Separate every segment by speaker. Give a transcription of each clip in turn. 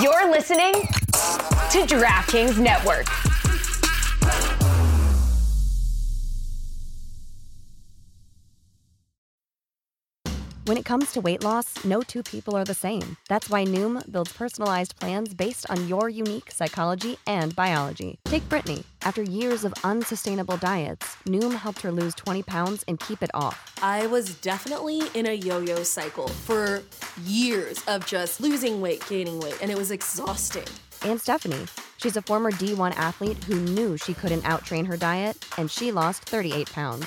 Speaker 1: You're listening to DraftKings Network.
Speaker 2: When it comes to weight loss, no two people are the same. That's why Noom builds personalized plans based on your unique psychology and biology. Take Brittany. After years of unsustainable diets, Noom helped her lose 20 pounds and keep it off.
Speaker 3: I was definitely in a yo yo cycle for years of just losing weight, gaining weight, and it was exhausting.
Speaker 2: And Stephanie. She's a former D1 athlete who knew she couldn't outtrain her diet, and she lost 38 pounds.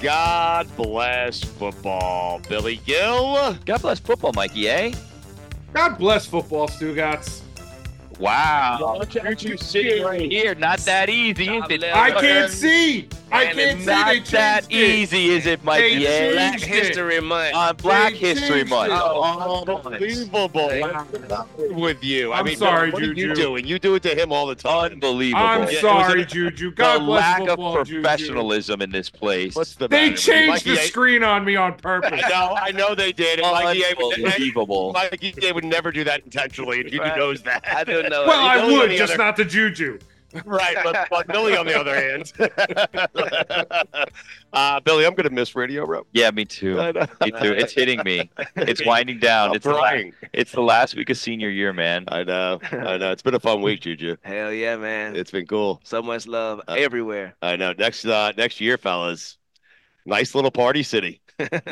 Speaker 4: God bless football, Billy Gill.
Speaker 5: God bless football, Mikey, eh?
Speaker 6: God bless football, Stugatz.
Speaker 5: Wow.
Speaker 4: Look at you sitting right
Speaker 5: Here, not that easy, is it?
Speaker 6: I can't see. I
Speaker 4: And
Speaker 6: can't
Speaker 4: it's
Speaker 6: see.
Speaker 5: Not
Speaker 6: They changed
Speaker 5: that
Speaker 6: it.
Speaker 5: easy, is it, Mikey?
Speaker 6: They
Speaker 5: eh?
Speaker 4: Black
Speaker 6: changed it.
Speaker 4: History Month.
Speaker 5: On Uh, Black
Speaker 6: They
Speaker 5: History
Speaker 6: changed
Speaker 5: Month.
Speaker 6: it.
Speaker 5: Oh,
Speaker 4: Unbelievable. With you. I
Speaker 6: I'm
Speaker 4: mean,
Speaker 6: sorry,
Speaker 4: what are you
Speaker 6: Juju.
Speaker 4: doing? You do it to him all the time.
Speaker 5: Unbelievable.
Speaker 6: I'm
Speaker 4: Yeah,
Speaker 6: sorry,
Speaker 4: it was
Speaker 6: Juju. God
Speaker 5: The
Speaker 6: bless
Speaker 5: lack of
Speaker 6: football, Juju.
Speaker 5: professionalism in this place.
Speaker 4: What's the matter
Speaker 6: They
Speaker 4: with you?
Speaker 6: changed
Speaker 4: Mikey
Speaker 6: the
Speaker 4: A-
Speaker 6: screen on me on purpose.
Speaker 4: I know, I know they did. And Mikey A would-
Speaker 5: Unbelievable.
Speaker 4: Mikey A would never do that intentionally. Juju
Speaker 7: Right.
Speaker 4: knows that.
Speaker 7: I don't know.
Speaker 6: well,
Speaker 4: Billy
Speaker 6: I
Speaker 4: on
Speaker 6: would,
Speaker 4: the
Speaker 6: just
Speaker 4: other-
Speaker 6: not the Juju.
Speaker 4: Right, but, but Billy, on the other hand, uh, Billy, I'm going to miss Radio Row.
Speaker 5: Yeah, me too.
Speaker 4: I know.
Speaker 5: Me too. It's hitting me. It's winding down.
Speaker 4: I'm
Speaker 5: It's the, la-
Speaker 4: crying.
Speaker 5: it's the last week of senior year, man.
Speaker 4: I know. I know. It's been a fun week, Juju.
Speaker 7: Hell yeah, man.
Speaker 4: It's been cool.
Speaker 7: so much love
Speaker 4: Uh,
Speaker 7: everywhere.
Speaker 4: I know. Next uh, next year, fellas, nice little party city,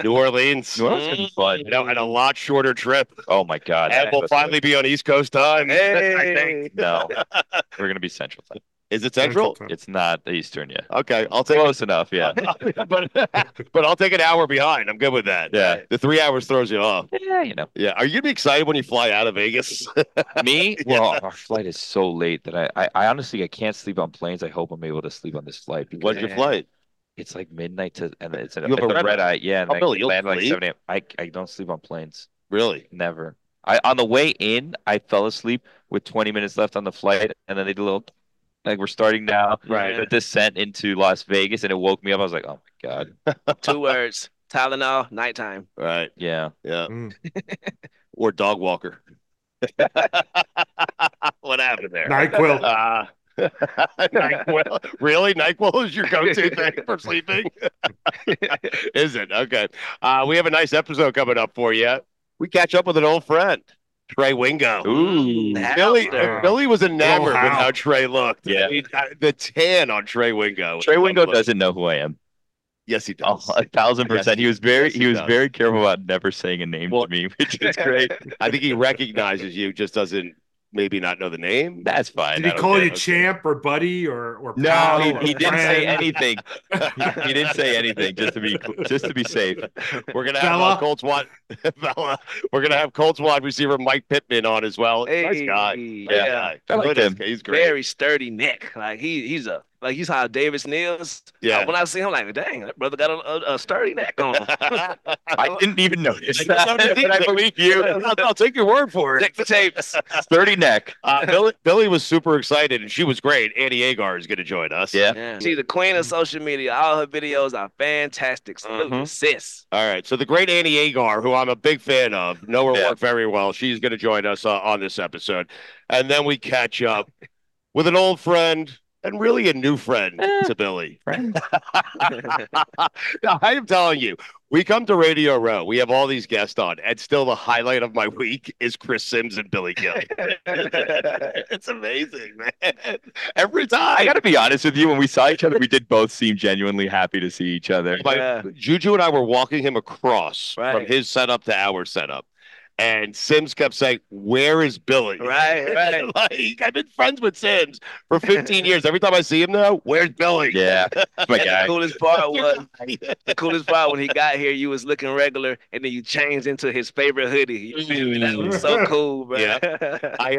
Speaker 4: New Orleans. Mm.
Speaker 5: New Orleans is gonna be fun.
Speaker 4: You know, and a lot shorter trip.
Speaker 5: Oh my God.
Speaker 4: And we'll finally be on East Coast time. I think.
Speaker 7: Hey.
Speaker 5: No, we're gonna be central. Time.
Speaker 4: Is it Central?
Speaker 5: It's not Eastern yet.
Speaker 4: Okay, I'll take.
Speaker 5: Close enough. Yeah.
Speaker 4: but but I'll take an hour behind. I'm good with that.
Speaker 5: Yeah.
Speaker 4: the three hours throws you off.
Speaker 5: Yeah, you know.
Speaker 4: Yeah, are you gonna be excited when you fly out of Vegas?
Speaker 5: Me? Well, our flight is so late that I, I, I honestly I can't sleep on planes. I hope I'm able to sleep on this flight because
Speaker 4: When's your
Speaker 7: Yeah.
Speaker 4: flight?
Speaker 5: it's like midnight to and it's an
Speaker 4: You have a
Speaker 5: it's
Speaker 4: red eye.
Speaker 5: eye. Yeah, and
Speaker 4: Oh,
Speaker 5: I
Speaker 4: Billy, you'll
Speaker 5: land at, like
Speaker 4: sleep?
Speaker 5: 7 a.m. I I don't sleep on planes.
Speaker 4: Really?
Speaker 5: Never. I on the way in, I fell asleep with 20 minutes left on the flight, and then they did a little like we're starting now
Speaker 4: Right.
Speaker 5: the descent into Las Vegas, and it woke me up. I was like, oh my god,
Speaker 7: Two words. Tylenol, nighttime.
Speaker 4: Right.
Speaker 5: yeah.
Speaker 4: Yeah.
Speaker 6: Mm.
Speaker 4: or dog walker. what happened there?
Speaker 6: NyQuil.
Speaker 4: Uh, NyQuil. Really? NyQuil is your go-to thing for sleeping? is it? Okay. Uh, we have a nice episode coming up for you. We catch up with an old friend, Trey Wingo.
Speaker 5: Ooh,
Speaker 7: Now,
Speaker 4: Billy,
Speaker 6: there.
Speaker 4: Billy was enamored
Speaker 6: Wow.
Speaker 4: with how Trey looked.
Speaker 5: Yeah.
Speaker 4: He- uh, the tan on Trey Wingo.
Speaker 5: Trey Wingo doesn't know who I am.
Speaker 4: Yes, he
Speaker 5: Oh,
Speaker 4: does.
Speaker 5: a thousand
Speaker 4: Yes,
Speaker 5: percent.
Speaker 4: he
Speaker 5: He was very
Speaker 4: yes, he
Speaker 5: he was
Speaker 4: does.
Speaker 5: very careful about never saying a name
Speaker 4: Well-
Speaker 5: to me, which is great.
Speaker 4: I think he recognizes you, just doesn't maybe not know the name.
Speaker 5: That's fine.
Speaker 6: Did
Speaker 5: I
Speaker 6: he
Speaker 5: don't
Speaker 6: call
Speaker 5: care.
Speaker 6: you champ or buddy or or
Speaker 5: No,
Speaker 6: pal
Speaker 5: he,
Speaker 6: or
Speaker 5: he didn't say
Speaker 6: friend?
Speaker 5: anything. He, he didn't say anything. Just to be just to be safe.
Speaker 4: We're gonna have
Speaker 6: Fella.
Speaker 4: uh, Colts wide, Fella. We're gonna have Colts wide receiver Mike Pittman on as well. nice
Speaker 7: Hey,
Speaker 4: guy.
Speaker 7: yeah.
Speaker 4: Nice guy.
Speaker 5: I like
Speaker 4: Good as-
Speaker 5: him.
Speaker 4: He's great.
Speaker 7: Very sturdy neck. Like he he's a like he's how Davis Neals.
Speaker 4: Yeah.
Speaker 7: When I see him, I'm like, dang, that brother got a, a, a sturdy neck on.
Speaker 5: I didn't even notice
Speaker 4: That's
Speaker 5: that,
Speaker 4: what I'm
Speaker 5: but I
Speaker 4: thinking.
Speaker 5: believe you.
Speaker 4: I'll, I'll take your word for it.
Speaker 7: Check the tapes.
Speaker 5: Sturdy neck.
Speaker 4: Uh, Billy, Billy was super excited, and she was great. Annie Agar is going to join us.
Speaker 5: Yeah.
Speaker 7: She's the queen of social media. All her videos are fantastic. Salute,
Speaker 5: Mhm.
Speaker 7: sis.
Speaker 4: All right. So the great Annie Agar, who I'm a big fan of, know her
Speaker 5: Yeah.
Speaker 4: work very well. She's going to join us uh, on this episode, and then we catch up with an old friend and really a new friend to Billy. Now, I am telling you, we come to Radio Row. We have all these guests on, and still the highlight of my week is Chris Sims and Billy Gill. it's amazing, man. Every time.
Speaker 5: I gotta be honest with you. When we saw each other, we did both seem genuinely happy to see each other.
Speaker 4: Like,
Speaker 7: Yeah.
Speaker 4: Juju and I were walking him across
Speaker 7: Right.
Speaker 4: from his setup to our setup. And Sims kept saying, Where is Billy?
Speaker 7: Right, right.
Speaker 4: like, I've been friends with Sims for 15 years. Every time I see him now, where's Billy?
Speaker 8: Yeah, that's my
Speaker 7: The
Speaker 8: guy.
Speaker 7: coolest part
Speaker 4: You're
Speaker 7: was
Speaker 4: right.
Speaker 7: the coolest part when he got here. You was looking regular, and then you changed into his favorite hoodie. That was so cool, bro.
Speaker 4: I,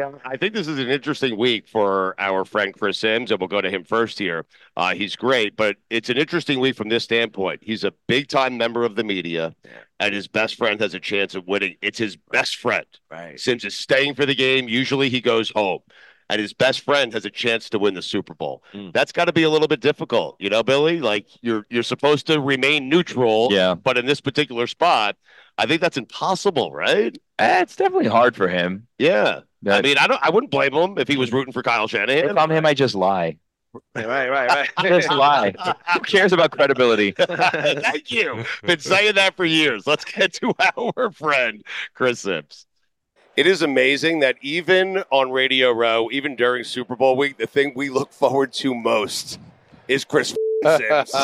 Speaker 4: uh, I think this is an interesting week for our friend Chris Sims, and we'll go to him first here. Uh, he's great, but it's an interesting week from this standpoint. He's a big time member of the media, and his best friend has a chance of winning. It's his best friend.
Speaker 7: right.
Speaker 4: Sims is staying for the game. Usually he goes home, and his best friend has a chance to win the Super Bowl.
Speaker 8: Mm.
Speaker 4: That's got to be a little bit difficult, you know, Billy. Like you're you're supposed to remain neutral,
Speaker 8: Yeah.
Speaker 4: but in this particular spot, I think that's impossible, right?
Speaker 8: Eh, it's definitely hard for him.
Speaker 4: Yeah. I
Speaker 8: But
Speaker 4: mean, I don't. I wouldn't blame him if he was rooting for Kyle Shanahan.
Speaker 8: if I'm him, I just lie.
Speaker 7: Right, right,
Speaker 8: I just lie. Who cares about credibility?
Speaker 7: right.
Speaker 4: Thank you. Been saying that for years. Let's get to our friend Chris Sims. It is amazing that even on Radio Row, even during Super Bowl week, the thing we look forward to most is Chris Sims.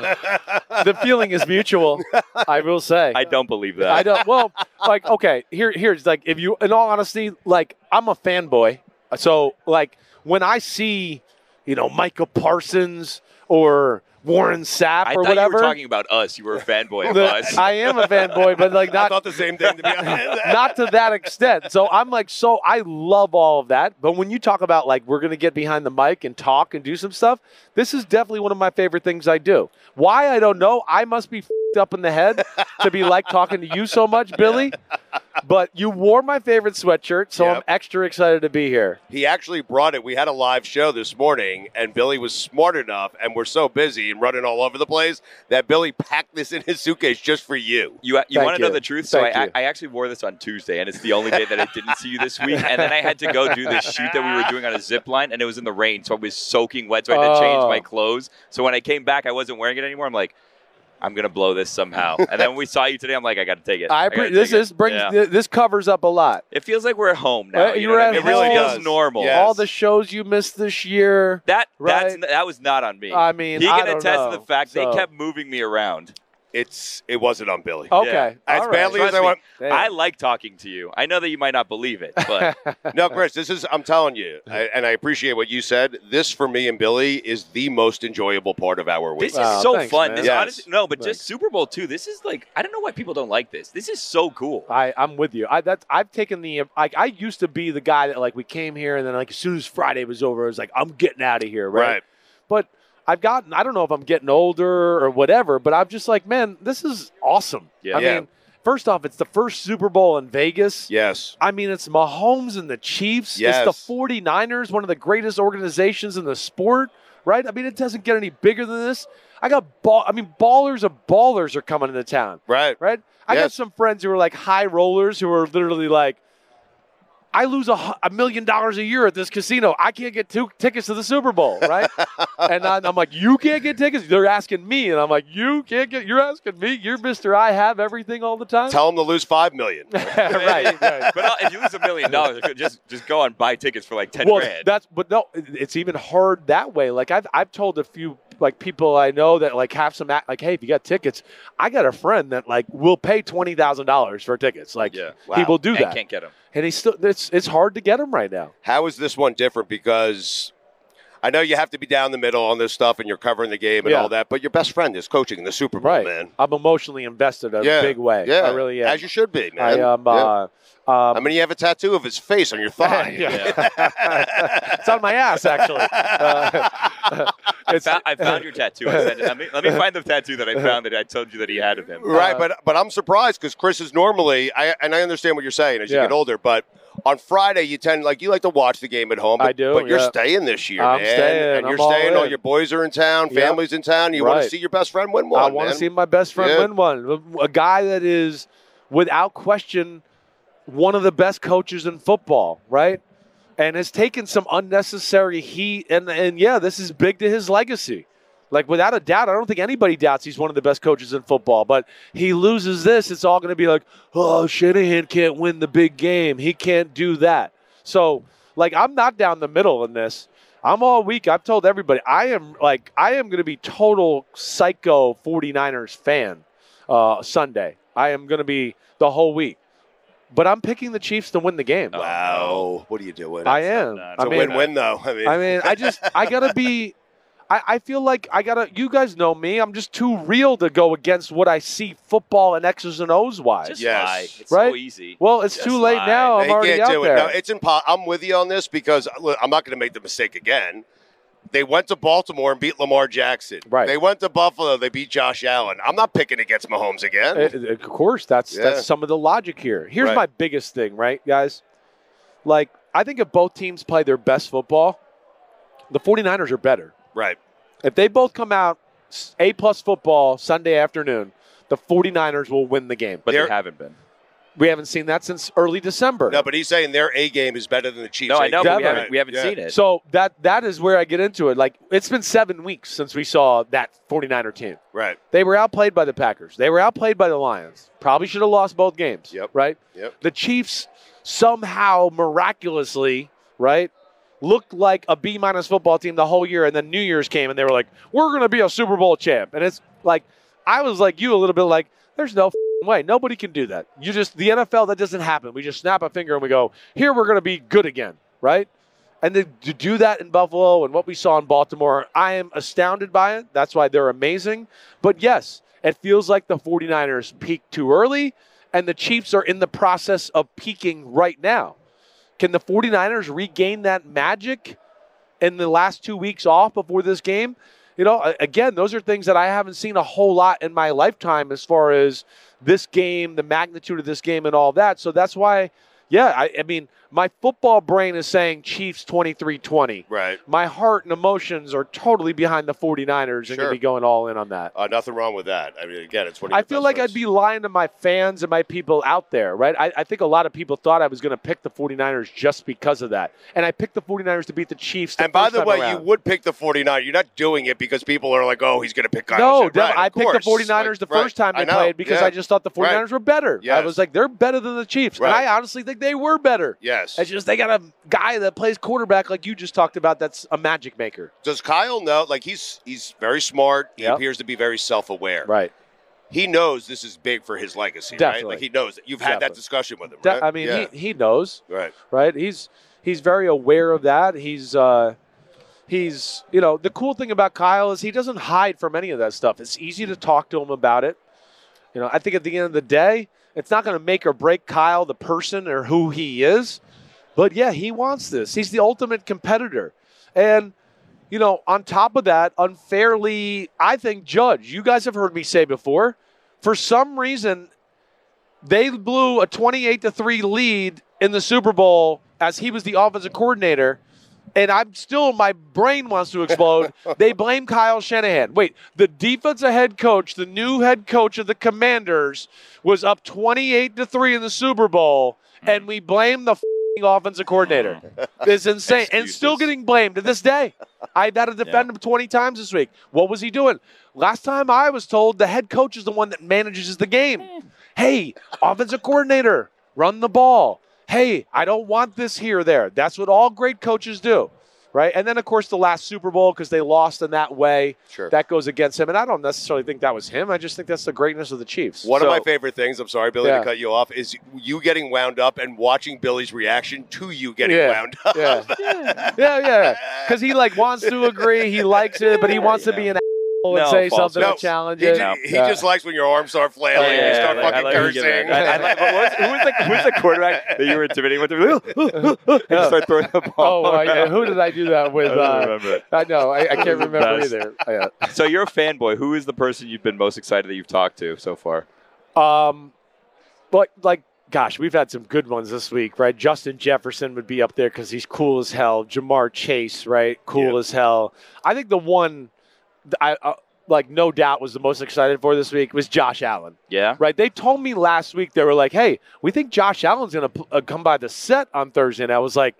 Speaker 6: the feeling is mutual. I will say.
Speaker 5: I don't believe that.
Speaker 6: I don't. Well, like okay, here here's like if you in all honesty, like I'm a fanboy, so like when I see you know Micah Parsons or Warren Sapp
Speaker 5: I
Speaker 6: or
Speaker 5: thought
Speaker 6: whatever.
Speaker 5: you were talking about us. You were a fanboy of
Speaker 6: the-
Speaker 5: us.
Speaker 6: I am a fanboy, but like
Speaker 4: I
Speaker 6: not
Speaker 4: thought the same thing to be honest.
Speaker 6: not to that extent. So I'm like, so I love all of that. But when you talk about like, we're going to get behind the mic and talk and do some stuff, this is definitely one of my favorite things I do. Why? I don't know. I must be fed up in the head to be like talking to you so much, Billy. But you wore my favorite sweatshirt, so I'm
Speaker 4: Yep.
Speaker 6: extra excited to be here.
Speaker 4: He actually brought it. We had a live show this morning, and Billy was smart enough, and we're so busy and running all over the place that Billy packed this in his suitcase just for you.
Speaker 5: You, you
Speaker 6: Thank
Speaker 5: want to know
Speaker 6: you.
Speaker 5: the truth? So
Speaker 6: Thank
Speaker 5: I,
Speaker 6: you.
Speaker 5: I actually wore this on Tuesday, and it's the only day that I didn't see you this week. And then I had to go do this shoot that we were doing on a zip line, and it was in the rain, so I was soaking wet. So I had to change
Speaker 6: Oh.
Speaker 5: my clothes. So when I came back, I wasn't wearing it anymore. I'm like, I'm gonna blow this somehow. And then when we saw you today, I'm like, I gotta take it.
Speaker 6: I
Speaker 5: gotta
Speaker 6: pre- this
Speaker 5: take it.
Speaker 6: is brings
Speaker 5: Yeah.
Speaker 6: th- this covers up a lot.
Speaker 5: It feels like we're at home now.
Speaker 6: Uh,
Speaker 5: you
Speaker 6: you
Speaker 5: know
Speaker 6: were
Speaker 5: what I
Speaker 6: at
Speaker 5: mean? It really
Speaker 6: home.
Speaker 5: feels normal.
Speaker 4: Yes.
Speaker 6: All the shows you missed this year.
Speaker 5: That that's,
Speaker 6: Right.
Speaker 5: that was not on me.
Speaker 6: I mean,
Speaker 5: he
Speaker 6: I
Speaker 5: can
Speaker 6: don't
Speaker 5: attest
Speaker 6: know.
Speaker 5: to the fact
Speaker 6: So-
Speaker 5: they kept moving me around.
Speaker 4: It's it wasn't on Billy.
Speaker 6: Okay,
Speaker 4: As
Speaker 6: all right.
Speaker 4: badly as
Speaker 5: Trust
Speaker 4: I
Speaker 5: me.
Speaker 4: want.
Speaker 6: Damn.
Speaker 5: I like talking to you. I know that you might not believe it, but
Speaker 4: No, Chris, this is. I'm telling you, I, and I appreciate what you said. This for me and Billy is the most enjoyable part of our week.
Speaker 5: this
Speaker 6: Wow,
Speaker 5: is so
Speaker 6: Ah, thanks,
Speaker 5: fun.
Speaker 6: man.
Speaker 5: This
Speaker 4: Yes.
Speaker 5: honestly, no, but
Speaker 6: Thanks.
Speaker 5: just Super Bowl too. This is like I don't know why people don't like this. This is so cool.
Speaker 6: I, I'm with you. I that's I've taken the like I used to be the guy that like we came here and then like as soon as Friday was over, I was like, I'm getting out of here, right?
Speaker 4: right.
Speaker 6: But I've gotten I don't know if I'm getting older or whatever, but I'm just like, man, this is awesome.
Speaker 5: Yeah.
Speaker 6: I
Speaker 4: Yeah.
Speaker 6: mean, first off, it's the first Super Bowl in Vegas.
Speaker 4: Yes.
Speaker 6: I mean, it's Mahomes and the Chiefs.
Speaker 4: Yes.
Speaker 6: It's the 49ers, one of the greatest organizations in the sport, right? I mean, it doesn't get any bigger than this. I got ball I mean, ballers of ballers are coming into town
Speaker 4: Right.
Speaker 6: right? I got
Speaker 4: Yes.
Speaker 6: some friends who are like high rollers who are literally like, I lose a, hu- a million dollars a year at this casino. I can't get two tickets to the Super Bowl, right? and I, I'm like, you can't get tickets. They're asking me, and I'm like, you can't get. You're asking me. You're Mister. I have everything all the time.
Speaker 4: Tell him to lose five million.
Speaker 6: right, right.
Speaker 5: But uh, if you lose a million dollars, just just go and buy tickets for like ten
Speaker 6: well,
Speaker 5: grand.
Speaker 6: that's but no, it- it's even hard that way. Like I've I've told a few like people I know that like have some act, like, hey, if you got tickets, I got a friend that like will pay twenty thousand dollars for tickets. Like
Speaker 5: Yeah.
Speaker 6: he will do
Speaker 5: and
Speaker 6: that.
Speaker 5: can't get them.
Speaker 6: and he's still it's it's hard to get him right now.
Speaker 4: How is this one different? Because I know you have to be down the middle on this stuff, and you're covering the game and
Speaker 6: Yeah.
Speaker 4: all that. But your best friend is coaching in the Super Bowl,
Speaker 6: Right,
Speaker 4: man.
Speaker 6: I'm emotionally invested in
Speaker 4: Yeah,
Speaker 6: a big way.
Speaker 4: Yeah,
Speaker 6: I really am.
Speaker 4: As you should be,
Speaker 6: I
Speaker 4: man.
Speaker 6: am.
Speaker 4: Yeah.
Speaker 6: Uh, um,
Speaker 4: I mean, you have a tattoo of his face on your thigh.
Speaker 6: it's on my ass actually. Uh, it's
Speaker 5: Fou- I found your tattoo. I sent it. Let me, let me find the tattoo that I found that I told you that he had of him.
Speaker 4: Right,
Speaker 6: Uh,
Speaker 4: but but I'm surprised because Chris is normally, I and I understand what you're saying as you
Speaker 6: Yeah.
Speaker 4: get older, but on Friday you tend like you like to watch the game at home. But,
Speaker 6: I do,
Speaker 4: but you're
Speaker 6: yeah.
Speaker 4: staying this year,
Speaker 6: I'm
Speaker 4: man,
Speaker 6: staying.
Speaker 4: and you're
Speaker 6: I'm all
Speaker 4: staying. All
Speaker 6: in.
Speaker 4: your boys are in town,
Speaker 6: Yep.
Speaker 4: families in town. You want to
Speaker 6: Right.
Speaker 4: see your best friend win one.
Speaker 6: I want to
Speaker 4: man.
Speaker 6: see my best friend
Speaker 4: Yeah.
Speaker 6: win one. A guy that is without question one of the best coaches in football, right? And has taken some unnecessary heat and and yeah, this is big to his legacy. Like without a doubt, I don't think anybody doubts he's one of the best coaches in football. But he loses this, it's all going to be like, oh, Shanahan can't win the big game. He can't do that. So, like, I'm not down the middle in this. I'm all week. I've told everybody I am like I am going to be total psycho 49ers fan uh, Sunday. I am going to be the whole week. but I'm picking the Chiefs to win the game.
Speaker 4: Oh, Wow, what are you doing?
Speaker 6: I am.
Speaker 4: It's a win-win, though. I mean-
Speaker 6: I mean, I just I gotta be. I, I feel like I gotta. You guys know me. I'm just too real to go against what I see football and X's and O's wise.
Speaker 4: Just Yes. lie. It's so
Speaker 6: right?
Speaker 4: easy.
Speaker 6: Well, it's too late now. I'm
Speaker 4: They
Speaker 6: already
Speaker 4: can't
Speaker 6: out
Speaker 4: do it.
Speaker 6: there.
Speaker 4: No, it's impo- I'm with you on this because look, I'm not going to make the mistake again. They went to Baltimore and beat Lamar Jackson. Right. They went to Buffalo. They beat Josh Allen. I'm not picking against Mahomes again.
Speaker 6: Uh, of course, that's
Speaker 4: Yeah.
Speaker 6: that's some of the logic here. Here's
Speaker 4: Right.
Speaker 6: my biggest thing, right, guys? Like, I think if both teams play their best football, the 49ers are better.
Speaker 4: Right.
Speaker 6: If they both come out s- A plus football Sunday afternoon, the 49ers will win the game.
Speaker 4: But they They're- haven't
Speaker 5: been.
Speaker 6: We haven't seen that since early December.
Speaker 4: No, but he's saying their A game is better than the Chiefs. A game. Right. Yeah.
Speaker 6: So that that is where I get into it. Like it's been seven weeks since we saw that 49er team.
Speaker 4: Right.
Speaker 6: They were outplayed by the Packers. They were outplayed by the Lions. Probably should have lost both games. Yep. Right?
Speaker 4: Yep.
Speaker 6: The Chiefs somehow miraculously, right, looked like a B minus football team the whole year, and then New Year's came and they were like, We're gonna be a Super Bowl champ. And it's like I was like you a little bit like, there's no f***ing way. Nobody can do that. You just the NFL, that doesn't happen. We just snap a finger and we go, here we're gonna be good again, right? And then to do that in Buffalo and what we saw in Baltimore, I am astounded by it. That's why they're amazing. But yes, it feels like the 49ers peaked too early, and the Chiefs are in the process of peaking right now. Can the 49ers regain that magic in the last two weeks off before this game? You know, a- again, those are things that I haven't seen a whole lot in my lifetime as far as this game, the magnitude of this game, and all that. So that's why, yeah, I, I mean, my football brain is saying Chiefs 23 20.
Speaker 4: Right.
Speaker 6: My heart and emotions are totally behind the 49ers and
Speaker 4: Sure.
Speaker 6: going to be going all in on that.
Speaker 4: Uh, nothing wrong with that. I mean, again, it's what
Speaker 6: I feel like I'd be lying to my fans and my people out there, right? I, I think a lot of people thought I was going to pick the 49ers just because of that. And I picked the 49ers to beat the Chiefs. The
Speaker 4: And by
Speaker 6: first
Speaker 4: the
Speaker 6: time
Speaker 4: way,
Speaker 6: around.
Speaker 4: you would pick the 49. You're not doing it because people are like, oh, he's going to pick Kyle.
Speaker 6: No,
Speaker 4: Shanahan.
Speaker 6: Dev,
Speaker 4: Right,
Speaker 6: I
Speaker 4: of
Speaker 6: picked the
Speaker 4: course.
Speaker 6: 49ers the
Speaker 4: Like,
Speaker 6: first time
Speaker 4: right.
Speaker 6: they
Speaker 4: know.
Speaker 6: played because
Speaker 4: Yeah.
Speaker 6: I just thought the 49ers
Speaker 4: Right.
Speaker 6: were better. I
Speaker 4: Yes.
Speaker 6: was like, they're better than the Chiefs. And
Speaker 4: Right.
Speaker 6: I honestly think they were better.
Speaker 4: Yes.
Speaker 6: It's just they got a guy that plays quarterback like you just talked about that's a magic maker.
Speaker 4: Does Kyle know? Like he's he's very smart. He appears to be very self-aware.
Speaker 6: Right.
Speaker 4: He knows this is big for his legacy, right?
Speaker 6: Definitely.
Speaker 4: Like he knows it. You've had that
Speaker 6: Definitely.
Speaker 4: discussion with him,
Speaker 6: De-
Speaker 4: right?
Speaker 6: I mean,
Speaker 4: Yeah.
Speaker 6: he, he knows.
Speaker 4: Right.
Speaker 6: Right. He's he's very aware of that. He's uh, he's you know the cool thing about Kyle is he doesn't hide from any of that stuff. It's easy to talk to him about it. You know, I think at the end of the day, it's not going to make or break Kyle the person or who he is. But yeah, he wants this. He's the ultimate competitor. And you know, on top of that, unfairly, I think judge. You guys have heard me say before. For some reason, they blew a 28 to 3 lead in the Super Bowl as he was the offensive coordinator. And I'm still, my brain wants to explode. they blame Kyle Shanahan. Wait, the defensive head coach, the new head coach of the Commanders, was up 28 to 3 in the Super Bowl, and we blame the fing offensive coordinator. It's insane. and still getting blamed to this day. I've had to defend him 20 times this week. What was he doing? Last time I was told the head coach is the one that manages the game. Hey, offensive coordinator, run the ball. Hey, I don't want this here or there. That's what all great coaches do, right? And then, of course, the last Super Bowl because they lost in that way.
Speaker 4: Sure.
Speaker 6: That goes against him. And I don't necessarily think that was him. I just think that's the greatness of the Chiefs.
Speaker 4: One
Speaker 6: So-
Speaker 4: of my favorite things, I'm sorry, Billy,
Speaker 6: Yeah.
Speaker 4: to cut you off, is you getting wound up and watching Billy's reaction to you getting
Speaker 6: Yeah.
Speaker 4: wound up.
Speaker 6: Yeah. yeah, yeah. Because he like wants to agree, he likes it, but he wants to be an asshole and say something
Speaker 4: No,
Speaker 6: to challenge
Speaker 4: he
Speaker 6: it.
Speaker 4: ju- he just likes when your arms start flailing and you start
Speaker 5: like, I
Speaker 4: fucking
Speaker 5: like when you get
Speaker 4: cursing.
Speaker 5: mad. I- I like- but what was- who was the- who was the quarterback that you were intimidating with? and you start throwing the ball.
Speaker 6: Oh, I,
Speaker 5: around.
Speaker 6: who did I do that with?
Speaker 5: I don't
Speaker 6: uh,
Speaker 5: remember.
Speaker 6: I know. I, I
Speaker 5: It
Speaker 6: can't
Speaker 5: was the
Speaker 6: remember
Speaker 5: best.
Speaker 6: either. Oh,
Speaker 5: So you're a fanboy. Who is the person you've been most excited that you've talked to so far?
Speaker 6: Um, but like, gosh, we've had some good ones this week, right? Justin Jefferson would be up there because he's cool as hell. Jamar Chase, right? Cool as hell. I think the one th- I uh, like, no doubt, was the most excited for this week was Josh Allen.
Speaker 5: Yeah.
Speaker 6: Right. They told me last week they were like, "Hey, we think Josh Allen's gonna p- uh, come by the set on Thursday." And I was like,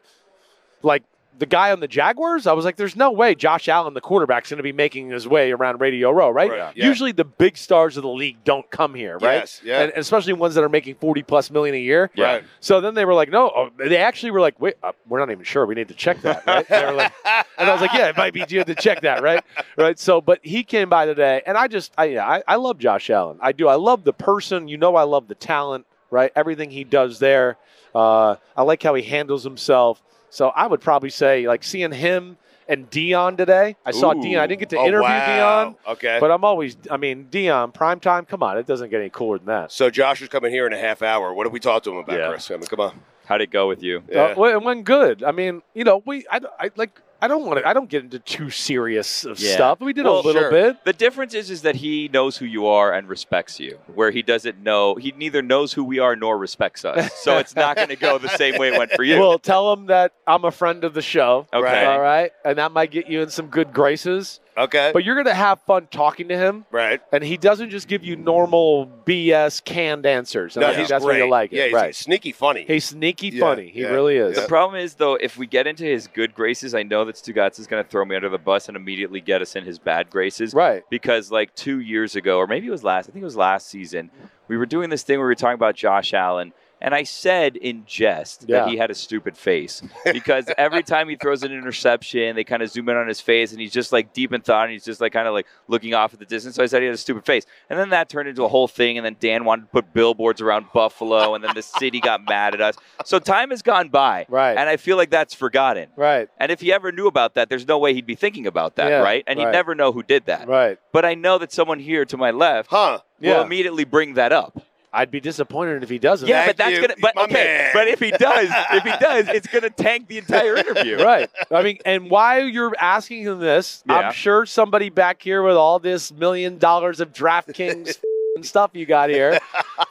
Speaker 6: like the guy on the Jaguars, I was like, there's no way Josh Allen, the quarterback's going to be making his way around Radio Row, right?
Speaker 4: Right, yeah.
Speaker 6: Usually the big stars of the league don't come here, right?
Speaker 4: Yes, yeah.
Speaker 6: And, and especially ones that are making 40 plus million a year.
Speaker 4: Yeah. Right.
Speaker 6: So then they were like, no, oh, they actually were like, wait, uh, we're not even sure. We need to check that, right? They were like, and I was like, yeah, it might be due to check that, right? Right. So, but he came by today, and I just, I, yeah, I, I love Josh Allen. I do. I love the person. You know, I love the talent. right? Everything he does there. Uh, I like how he handles himself. So I would probably say, like, seeing him and Dion today. I saw
Speaker 4: Ooh.
Speaker 6: Dion. I didn't get to
Speaker 4: Oh,
Speaker 6: interview
Speaker 4: wow.
Speaker 6: Dion.
Speaker 5: Eh.
Speaker 4: Okay.
Speaker 6: But I'm always, I mean, Dion, prime time. Come on, it doesn't get any cooler than that.
Speaker 4: So Josh is coming here in a half hour. What did we talk to him about, Chris? I mean, come on.
Speaker 5: How'd it go with you?
Speaker 6: Uh, well, it went good. I mean, you know, we, I, I like, I don't want to, I don't get into too serious of
Speaker 5: Yeah.
Speaker 6: stuff. We did a
Speaker 5: Well,
Speaker 6: little
Speaker 5: sure.
Speaker 6: bit.
Speaker 5: The difference is is that he knows who you are and respects you, where he doesn't know he neither knows who we are nor respects us. Uh, So it's not going to go the same way it went for you.
Speaker 6: Well, tell him that I'm a friend of the show.
Speaker 5: Okay.
Speaker 6: All right. And that might get you in some good graces.
Speaker 4: Okay.
Speaker 6: But you're going to have fun talking to him.
Speaker 4: Right.
Speaker 6: And he doesn't just give you normal BS canned answers. And I
Speaker 5: No,
Speaker 6: think
Speaker 5: he's
Speaker 6: that's where
Speaker 5: great.
Speaker 6: you like it.
Speaker 5: Yeah, he's
Speaker 6: right.
Speaker 4: sneaky funny.
Speaker 6: He's sneaky funny. He really is.
Speaker 5: The problem is though, if we get into his good graces, I know that Stugatz is going to throw me under the bus and immediately get us in his bad graces.
Speaker 6: Right.
Speaker 5: Because like two years ago, or maybe it was last, I think it was last season, we were doing this thing where we were talking about Josh Allen, and I said in jest
Speaker 6: Yeah.
Speaker 5: that he had a stupid face because every time he throws an interception, they kind of zoom in on his face, and he's just like deep in thought, and he's just like kind of like looking off at the distance. So I said he had a stupid face, and then that turned into a whole thing, and then Dan wanted to put billboards around Buffalo, and then the city got mad at us. So time has gone by,
Speaker 6: right?
Speaker 5: And I feel like that's forgotten,
Speaker 6: right?
Speaker 5: And if he ever knew about that, there's no way he'd be thinking about that,
Speaker 6: Yeah,
Speaker 5: right? And
Speaker 6: right.
Speaker 5: he'd never know who did that,
Speaker 6: right?
Speaker 5: But I know that someone here to my left,
Speaker 4: huh,
Speaker 5: will
Speaker 6: Yeah.
Speaker 5: immediately bring that up.
Speaker 6: I'd be disappointed if he doesn't.
Speaker 5: Yeah, but that's gonna. But okay, but if he does, if he does, it's gonna tank the entire interview.
Speaker 6: right. I mean, and while you're asking him this,
Speaker 5: Yeah.
Speaker 6: I'm sure somebody back here with all this million dollars of DraftKings and stuff you got here,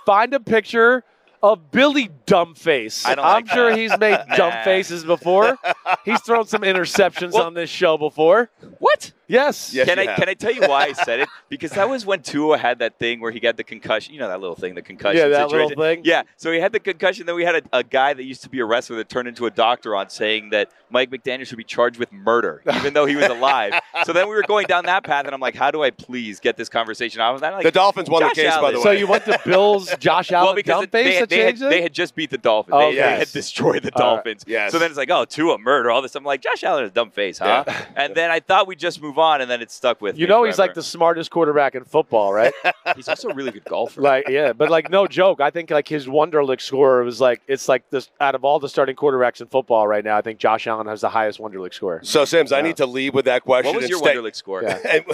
Speaker 6: find a picture of Billy Dumbface.
Speaker 5: I don't
Speaker 6: I'm
Speaker 5: like
Speaker 6: sure
Speaker 5: that.
Speaker 6: he's made
Speaker 5: Nah.
Speaker 6: dumb faces before. He's thrown some interceptions on this show before.
Speaker 5: What?
Speaker 6: Yes.
Speaker 5: can I can I tell you why I said it? Because that was when Tua had that thing where he got the concussion. You know that little thing, the concussion.
Speaker 6: Yeah, that
Speaker 5: situation.
Speaker 6: little thing.
Speaker 5: Yeah. So he had the concussion. Then we had a, a guy that used to be a wrestler that turned into a doctor on saying that Mike McDaniel should be charged with murder, even though he was alive. so then we were going down that path, and I'm like, how do I please get this conversation off of that? Like,
Speaker 4: The Dolphins won the
Speaker 5: Josh
Speaker 4: case, by the
Speaker 5: Allen.
Speaker 6: So you went to Bills, Josh Allen,
Speaker 5: well,
Speaker 6: Dumbface
Speaker 5: because it- they, had,
Speaker 6: to
Speaker 5: they, had,
Speaker 6: change it?
Speaker 5: they had just beat the Dolphins.
Speaker 6: Oh,
Speaker 5: they, they
Speaker 6: yes.
Speaker 5: had destroyed the
Speaker 6: All right.
Speaker 5: Dolphins.
Speaker 6: Yes.
Speaker 5: So then it's like, oh, Tua murder, all this. I'm like, Josh Allen is a dumb face, huh? And then I thought we'd just move on, and then it stuck with
Speaker 6: You
Speaker 5: me
Speaker 6: know he's like
Speaker 5: forever.
Speaker 6: the smartest quarterback in football, right?
Speaker 5: he's also a really good golfer.
Speaker 6: like yeah, but like no joke. I think like his Wonderlick score was like it's like this out of all the starting quarterbacks in football right now. I think Josh Allen has the highest Wonderlick score.
Speaker 4: So, Sims, I
Speaker 6: Yeah.
Speaker 4: need to lead with that question.
Speaker 5: What was
Speaker 4: and
Speaker 5: your
Speaker 4: stay-
Speaker 5: Wonderlic score?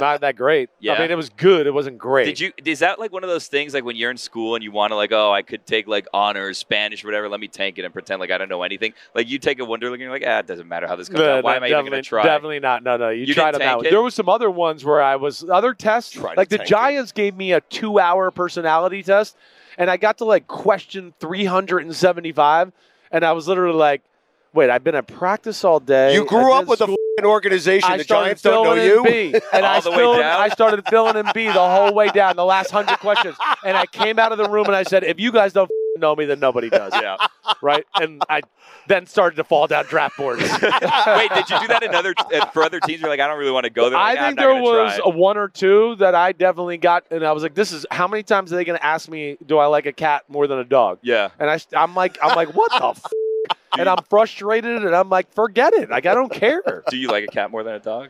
Speaker 6: not that great. I
Speaker 5: Yeah.
Speaker 6: mean it was good. It wasn't great.
Speaker 5: Did you? Is that like one of those things like when you're in school and you want to like, oh, I could take like honors, Spanish, whatever. Let me tank it and pretend like I don't know anything. Like you take a Wonderlic and you're like, ah, it doesn't matter how this comes
Speaker 6: No,
Speaker 5: out. Why
Speaker 6: no,
Speaker 5: am I even
Speaker 6: definitely-
Speaker 5: gonna try?
Speaker 6: Definitely not. No, no. You,
Speaker 5: You
Speaker 6: tried
Speaker 5: didn't
Speaker 6: them out.
Speaker 5: tank it?
Speaker 6: There was some other ones where I was other tests.
Speaker 5: Tried
Speaker 6: like
Speaker 5: to
Speaker 6: the
Speaker 5: tank it.
Speaker 6: Giants gave me a two-hour personality test, and I got to like question 375, and I was literally like, "Wait, I've been at practice all day.
Speaker 4: You grew
Speaker 6: I've
Speaker 4: up
Speaker 6: been
Speaker 4: with a
Speaker 6: school-
Speaker 4: f***ing organization.
Speaker 6: I
Speaker 4: the
Speaker 6: started
Speaker 4: Giants don't know
Speaker 6: filling
Speaker 4: you.
Speaker 6: in B, and I, filled- I started filling in B the whole way down, the last hundred questions. And I came out of the room and I said, "If you guys don't f***ing know me, then nobody does."
Speaker 5: Yeah.
Speaker 6: Right. And I then started to fall down draft boards.
Speaker 5: Wait, did you do that in other uh, for other teams? You're like, I don't really want to go there. Like,
Speaker 6: I
Speaker 5: "Ah, I'm
Speaker 6: think
Speaker 5: not
Speaker 6: there
Speaker 5: gonna
Speaker 6: was
Speaker 5: try."
Speaker 6: a one or two that I definitely got, and I was like, "This is how many times are they going to ask me? Do I like a cat more than a dog?"
Speaker 5: Yeah.
Speaker 6: And I, I'm like, I'm like, what the. F-? And I'm frustrated, and I'm like, forget it. Like I don't care.
Speaker 5: Do you like a cat more than a dog?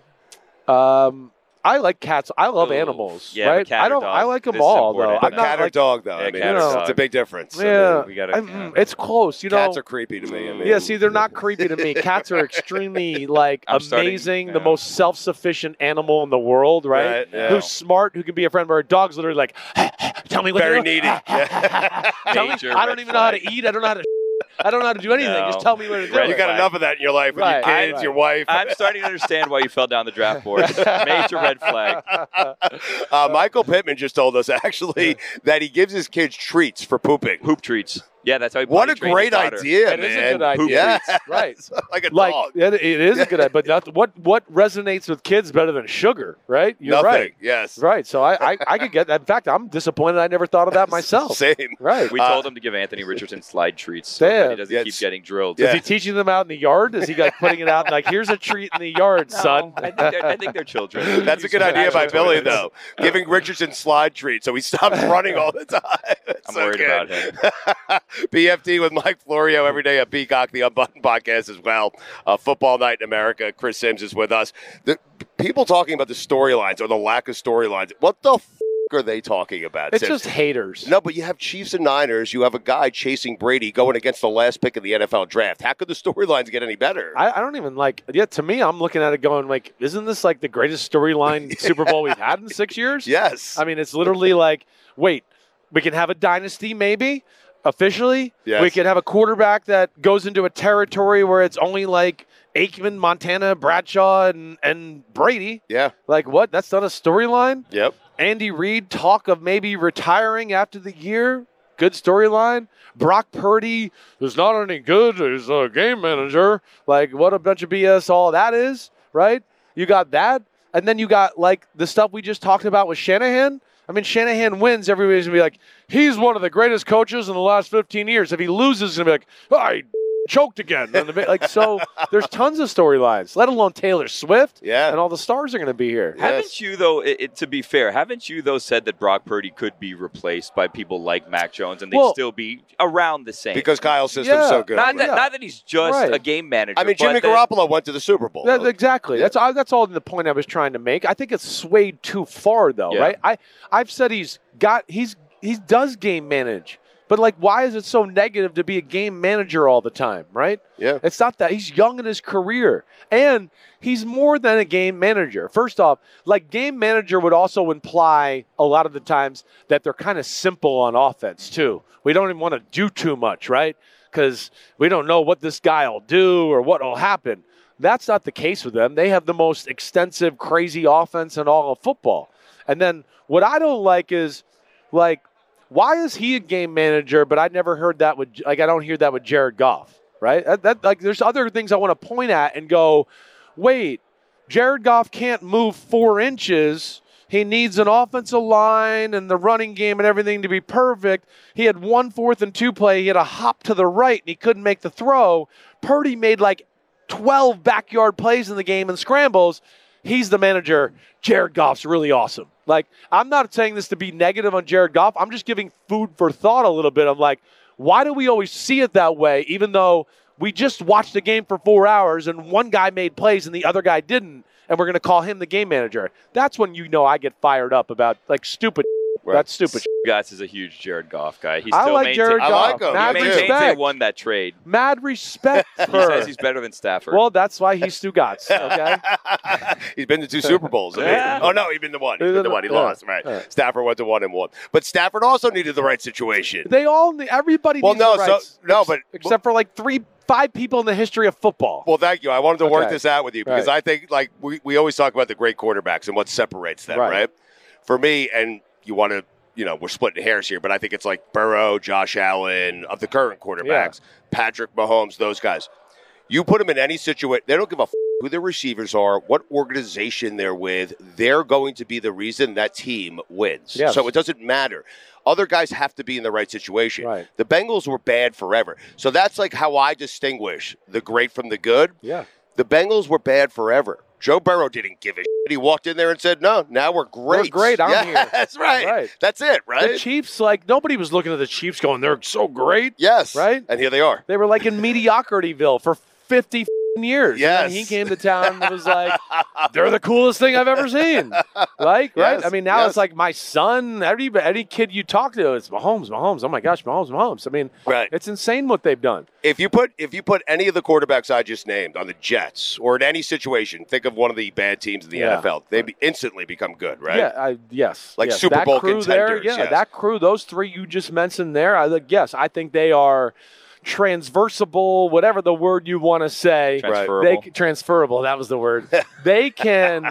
Speaker 6: Um, I like cats. I love animals.
Speaker 5: yeah, but
Speaker 6: right?
Speaker 5: cat
Speaker 6: I
Speaker 5: or
Speaker 6: don't.
Speaker 5: dog,
Speaker 6: I like them
Speaker 5: this is
Speaker 6: all
Speaker 5: important.
Speaker 6: though.
Speaker 5: But cat or
Speaker 4: dog, though,
Speaker 5: Yeah,
Speaker 4: I mean,
Speaker 5: cat or
Speaker 4: it's, it's
Speaker 5: dog.
Speaker 4: a big difference. I mean,
Speaker 6: yeah,
Speaker 4: we
Speaker 5: gotta-
Speaker 6: I'm- it's close. You know,
Speaker 4: Cats are creepy to me. I mean,
Speaker 6: yeah, see, they're not creepy to me. Cats are extremely like
Speaker 4: I'm starting-
Speaker 6: amazing, the most self-sufficient animal in the world, right?
Speaker 4: Right, yeah.
Speaker 6: Who's smart, who can be a friend. Where a dog's literally like, tell me what
Speaker 4: Very
Speaker 6: to do.
Speaker 4: needy.
Speaker 6: tell me,
Speaker 4: Major
Speaker 6: I don't
Speaker 4: red
Speaker 6: even know how to eat. I don't know how to. I don't know how to do anything. Just tell me what to do.
Speaker 4: You got enough of that in your life with
Speaker 6: Right,
Speaker 4: your kids,
Speaker 6: right.
Speaker 4: your wife.
Speaker 5: I'm starting to understand why you fell down the draft board. Major red flag.
Speaker 4: Uh, Michael Pittman just told us actually that he gives his kids treats for pooping.
Speaker 5: Poop treats. Yeah, that's how. He
Speaker 4: What
Speaker 5: potty
Speaker 4: a
Speaker 5: trained his
Speaker 4: great
Speaker 5: daughter.
Speaker 4: idea,
Speaker 6: That
Speaker 4: man.
Speaker 6: is a good idea.
Speaker 4: Poop yeah.
Speaker 6: right.
Speaker 4: like a
Speaker 6: like
Speaker 4: dog.
Speaker 6: it- it is a good idea, but not, what what resonates with kids better than sugar, right? You're
Speaker 4: Nothing,
Speaker 6: right.
Speaker 4: yes.
Speaker 6: Right. So I, I I could get that. In fact, I'm disappointed I never thought of that myself.
Speaker 4: Same. Uh,
Speaker 6: Right.
Speaker 5: We told him to give Anthony Richardson slide treats so
Speaker 6: Damn.
Speaker 5: that he doesn't keep getting drilled.
Speaker 6: Is he teaching them out in the yard? Is he like putting it out like here's a treat in the yard, son?
Speaker 5: I think they're, I think they're children.
Speaker 4: That's a good idea by Billy, though. Giving Richardson slide treats, so he stopped running all the time. I'm
Speaker 5: worried about him.
Speaker 4: BFD with Mike Florio every day at Peacock, the Unbuttoned podcast as well. Uh, Football Night in America. Chris Sims is with us. The people talking about the storylines or the lack of storylines. What the f- are they talking about?
Speaker 6: It's
Speaker 4: Sid?
Speaker 6: just haters.
Speaker 4: No, but you have Chiefs and Niners. You have a guy chasing Brady going against the last pick of the NFL draft. How could the storylines get any better?
Speaker 6: I, I don't even like. Yeah, to me, I'm looking at it going like, isn't this like the greatest storyline Super Bowl we've had in six years?
Speaker 4: Yes.
Speaker 6: I mean, it's literally like, wait, we can have a dynasty maybe officially.
Speaker 4: Yes.
Speaker 6: We could have a quarterback that goes into a territory where it's only like Aikman, Montana, Bradshaw, and and Brady.
Speaker 4: Yeah.
Speaker 6: Like what? That's not a storyline.
Speaker 4: Yep.
Speaker 6: Andy Reid talk of maybe retiring after the year. Good storyline. Brock Purdy is not any good. He's a game manager. Like, what a bunch of BS all that is, right? You got that. And then you got, like, the stuff we just talked about with Shanahan. I mean, Shanahan wins. Everybody's going to be like, he's one of the greatest coaches in the last 15 years. If he loses, it's going to be like, I choked again. And the- like, so there's tons of storylines, let alone Taylor Swift.
Speaker 4: Yeah.
Speaker 6: And all the stars are going to be here.
Speaker 5: Haven't you though? It, it, to be fair, haven't you though said that Brock Purdy could be replaced by people like Mac Jones and they'd
Speaker 4: Well-
Speaker 5: still be around the same
Speaker 4: Because Kyle's system's so good.
Speaker 5: Not that,
Speaker 4: Yeah.
Speaker 5: not that he's just
Speaker 6: Right.
Speaker 5: a game manager.
Speaker 4: I mean,
Speaker 5: but
Speaker 4: Jimmy
Speaker 5: that-
Speaker 4: Garoppolo went to the Super Bowl.
Speaker 6: That- exactly. That's I, that's all the point I was trying to make. I think it's swayed too far though,
Speaker 4: Yeah.
Speaker 6: right? I I've said he's got he's he does game manage, but like why is it so negative to be a game manager all the time, right?
Speaker 4: Yeah,
Speaker 6: it's not that he's young in his career and he's more than a game manager. First off, like game manager would also imply a lot of the times that they're kind of simple on offense too. We don't even want to do too much, right? Because we don't know what this guy will do or what will happen. That's not the case with them. They have the most extensive, crazy offense in all of football. And then what I don't like is, like, why is he a game manager? But I never heard that with, like, I don't hear that with Jared Goff, right? That, that- like, there's other things I want to point at and go, wait, Jared Goff can't move four inches. He needs an offensive line and the running game and everything to be perfect. He had one fourth and two play. He had a hop to the right and he couldn't make the throw. Purdy made like 12 backyard plays in the game and scrambles. He's the manager. Jared Goff's really awesome. Like, I'm not saying this to be negative on Jared Goff. I'm just giving food for thought a little bit. I'm like, why do we always see it that way, even though we just watched the game for four hours and one guy made plays and the other guy didn't, and we're going to call him the game manager? That's when you know I get fired up about like stupid. That's stupid.
Speaker 5: Guys is a huge Jared Goff guy. He still
Speaker 6: I like
Speaker 5: maintains,
Speaker 6: Jared I like Goff. him.
Speaker 5: He
Speaker 6: Mad
Speaker 5: maintains they
Speaker 6: respect.
Speaker 5: won that trade.
Speaker 6: Mad respect
Speaker 5: He
Speaker 6: for.
Speaker 5: says he's better than Stafford.
Speaker 6: Well, that's why he's Stu Gatz. Okay.
Speaker 4: He's been to two Super Bowls. I mean.
Speaker 6: Yeah.
Speaker 4: Oh no, he's been to one. He's
Speaker 6: He's
Speaker 4: been to
Speaker 6: been-
Speaker 4: one. He
Speaker 6: yeah.
Speaker 4: lost. Right. Stafford went to one and one. But Stafford also needed the right situation.
Speaker 6: They all, ne- everybody.
Speaker 4: Well,
Speaker 6: needs
Speaker 4: no,
Speaker 6: the
Speaker 4: so-
Speaker 6: rights,
Speaker 4: no,
Speaker 6: ex-
Speaker 4: but-
Speaker 6: except for like three, five people in the history of football.
Speaker 4: Well, thank you. I wanted to work
Speaker 6: Okay.
Speaker 4: this out with you because
Speaker 6: Right.
Speaker 4: I think like we, we always talk about the great quarterbacks and what separates them, right?
Speaker 6: Right.
Speaker 4: For me, and you want to, you know, we're splitting hairs here, but I think it's like Burrow, Josh Allen of the current quarterbacks, Patrick Mahomes, those guys. You put them in any situation, they don't give a f- who their receivers are, what organization they're with. They're going to be the reason that team wins.
Speaker 6: Yes.
Speaker 4: So it doesn't matter. Other guys have to be in the right situation.
Speaker 6: Right.
Speaker 4: The Bengals were bad forever. So that's like how I distinguish the great from the good.
Speaker 6: Yeah.
Speaker 4: The Bengals were bad forever. Joe Burrow didn't give a shit. He walked in there and said, "No, now we're great.
Speaker 6: We're great. I'm
Speaker 4: yeah,
Speaker 6: here.
Speaker 4: That's right. That's it. Right.
Speaker 6: The Chiefs, like nobody was looking at the Chiefs going, they're so great.
Speaker 4: Yes.
Speaker 6: Right.
Speaker 4: And here they are.
Speaker 6: They were like in mediocrityville for fifty f***ing years. And
Speaker 4: Yes.
Speaker 6: then he came to town and was like, they're the coolest thing I've ever seen. Like, right?
Speaker 4: Yes,
Speaker 6: I mean, now
Speaker 4: yes.
Speaker 6: it's like my son. Every any kid you talk to, it's Mahomes, Mahomes. Oh my gosh, Mahomes, Mahomes. I mean,
Speaker 4: Right.
Speaker 6: It's insane what they've done.
Speaker 4: If you put if you put any of the quarterbacks I just named on the Jets or in any situation, think of one of the bad teams in the
Speaker 6: Yeah.
Speaker 4: NFL. They be, instantly become good, right?
Speaker 6: Yeah, I, yes.
Speaker 4: Like
Speaker 6: yes.
Speaker 4: Super
Speaker 6: That
Speaker 4: Bowl
Speaker 6: crew there,
Speaker 4: contenders,
Speaker 6: yeah,
Speaker 4: yes.
Speaker 6: that crew, those three you just mentioned there, I like yes, I think they are transversable, whatever the word you want to say.
Speaker 5: Transferable.
Speaker 6: They c- transferable, that was the word. they can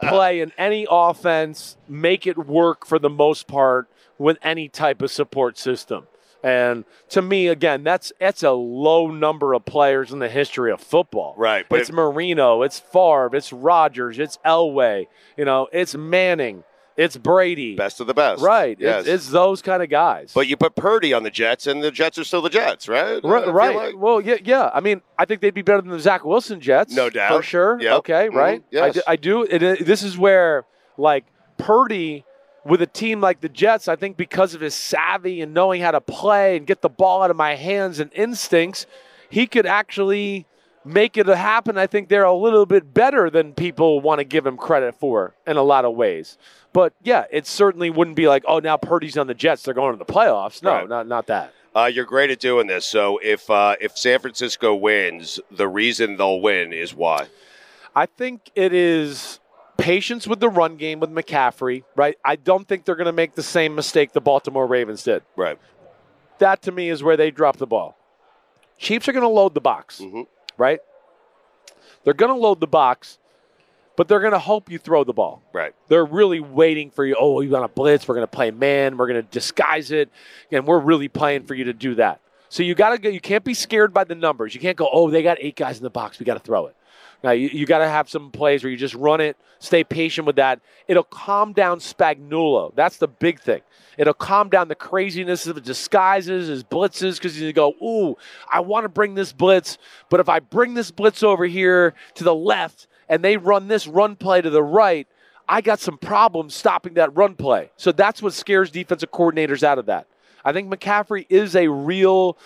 Speaker 6: play in any offense, make it work for the most part with any type of support system. And to me, again, that's that's a low number of players in the history of football.
Speaker 4: Right, but
Speaker 6: it's
Speaker 4: it-
Speaker 6: Marino, it's Favre, it's Rodgers, it's Elway, you know, it's Manning, it's Brady.
Speaker 4: Best of the best.
Speaker 6: Right.
Speaker 4: Yes.
Speaker 6: It's, it's those kind of guys.
Speaker 4: But you put Purdy on the Jets, and the Jets are still the Jets, right? I
Speaker 6: Right.
Speaker 4: feel
Speaker 6: right.
Speaker 4: like-
Speaker 6: Well, yeah, yeah. I mean, I think they'd be better than the Zach Wilson Jets.
Speaker 4: No doubt.
Speaker 6: For sure.
Speaker 4: Yep.
Speaker 6: Okay,
Speaker 4: Mhm.
Speaker 6: right? I
Speaker 4: Yes.
Speaker 6: do. I do it, it- this is where, like, Purdy with a team like the Jets, I think because of his savvy and knowing how to play and get the ball out of my hands and instincts, he could actually make it happen, I think they're a little bit better than people want to give him credit for in a lot of ways. But yeah, it certainly wouldn't be like, oh, now Purdy's on the Jets. They're going to the playoffs. No,
Speaker 4: Right.
Speaker 6: not, not that.
Speaker 4: Uh, you're great at doing this. So if uh, if San Francisco wins, the reason they'll win is why.
Speaker 6: I think it is patience with the run game with McCaffrey, right? I don't think they're going to make the same mistake the Baltimore Ravens did.
Speaker 4: Right.
Speaker 6: That to me is where they drop the ball. Chiefs are going to load the box, right? They're going to load the box, but they're going to hope you throw the ball.
Speaker 4: Right.
Speaker 6: They're really waiting for you. Oh, you want to blitz? We're going to play man. We're going to disguise it, and we're really playing for you to do that. So you got to go. You can't be scared by the numbers. You can't go. Oh, they got eight guys in the box. We got to throw it. Now you, you got to have some plays where you just run it. Stay patient with that. It'll calm down Spagnuolo. That's the big thing. It'll calm down the craziness of his disguises, his blitzes, because you go, ooh, I want to bring this blitz, but if I bring this blitz over here to the left and they run this run play to the right, I got some problems stopping that run play. So that's what scares defensive coordinators out of that. I think McCaffrey is a real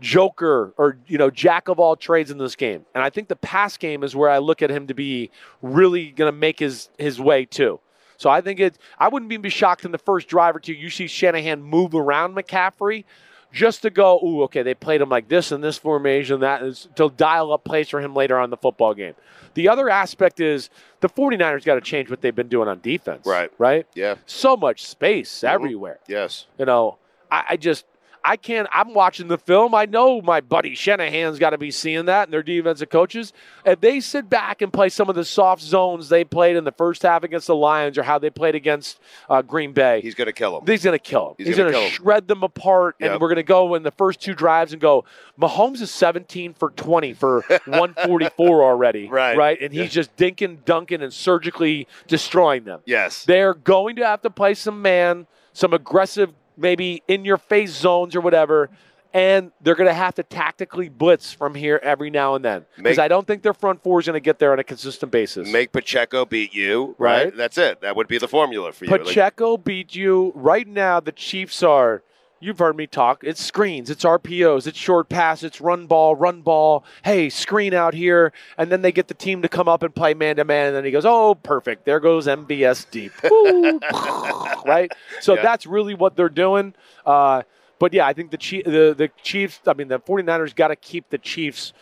Speaker 6: joker or you know jack of all trades in this game. And I think the pass game is where I look at him to be really going to make his his way too. So I think it I wouldn't even be shocked in the first drive or two you see Shanahan move around McCaffrey just to go, ooh, okay, they played him like this in this formation, that is to dial up plays for him later on in the football game. The other aspect is the 49ers got to change what they've been doing on defense. Right. Right?
Speaker 4: Yeah. Mm-hmm.
Speaker 6: So much space everywhere.
Speaker 4: Yes.
Speaker 6: You know, I, I just I can't. I'm watching the film. I know my buddy Shanahan's got to be seeing that, and their defensive coaches. If they sit back and play some of the soft zones they played in the first half against the Lions, or how they played against uh, Green Bay,
Speaker 4: He's going to kill him.
Speaker 6: He's going to kill him.
Speaker 4: He's
Speaker 6: He's,
Speaker 4: gonna
Speaker 6: going
Speaker 4: kill
Speaker 6: to
Speaker 4: 'em.
Speaker 6: shred them apart, and
Speaker 4: Yep.
Speaker 6: we're going to go in the first two drives and go. Mahomes is 17 for 20 for 144 already,
Speaker 4: Right.
Speaker 6: Right, and he's just dinking, dunking, and surgically destroying them.
Speaker 4: Yes.
Speaker 6: They're going to have to play some man, some aggressive, maybe in your face zones or whatever. And they're going to have to tactically blitz from here every now and then. Because
Speaker 4: Make-
Speaker 6: I don't think their front four is going to get there on a consistent basis.
Speaker 4: Make Pacheco beat you. Right?
Speaker 6: Right.
Speaker 4: That's it. That would be the formula for you. Like,
Speaker 6: Pacheco beat you. Right now, the Chiefs are. You've heard me talk. It's screens, it's RPOs, it's short pass, it's run ball, run ball. Hey, screen out here, and then they get the team to come up and play man to man, and then he goes, "Oh, perfect! There goes MBS deep." Woo. right. So
Speaker 4: Yeah.
Speaker 6: that's really what they're doing. Uh, but yeah, I think the, Chief, the the Chiefs. I mean, the 49ers got to keep the Chiefs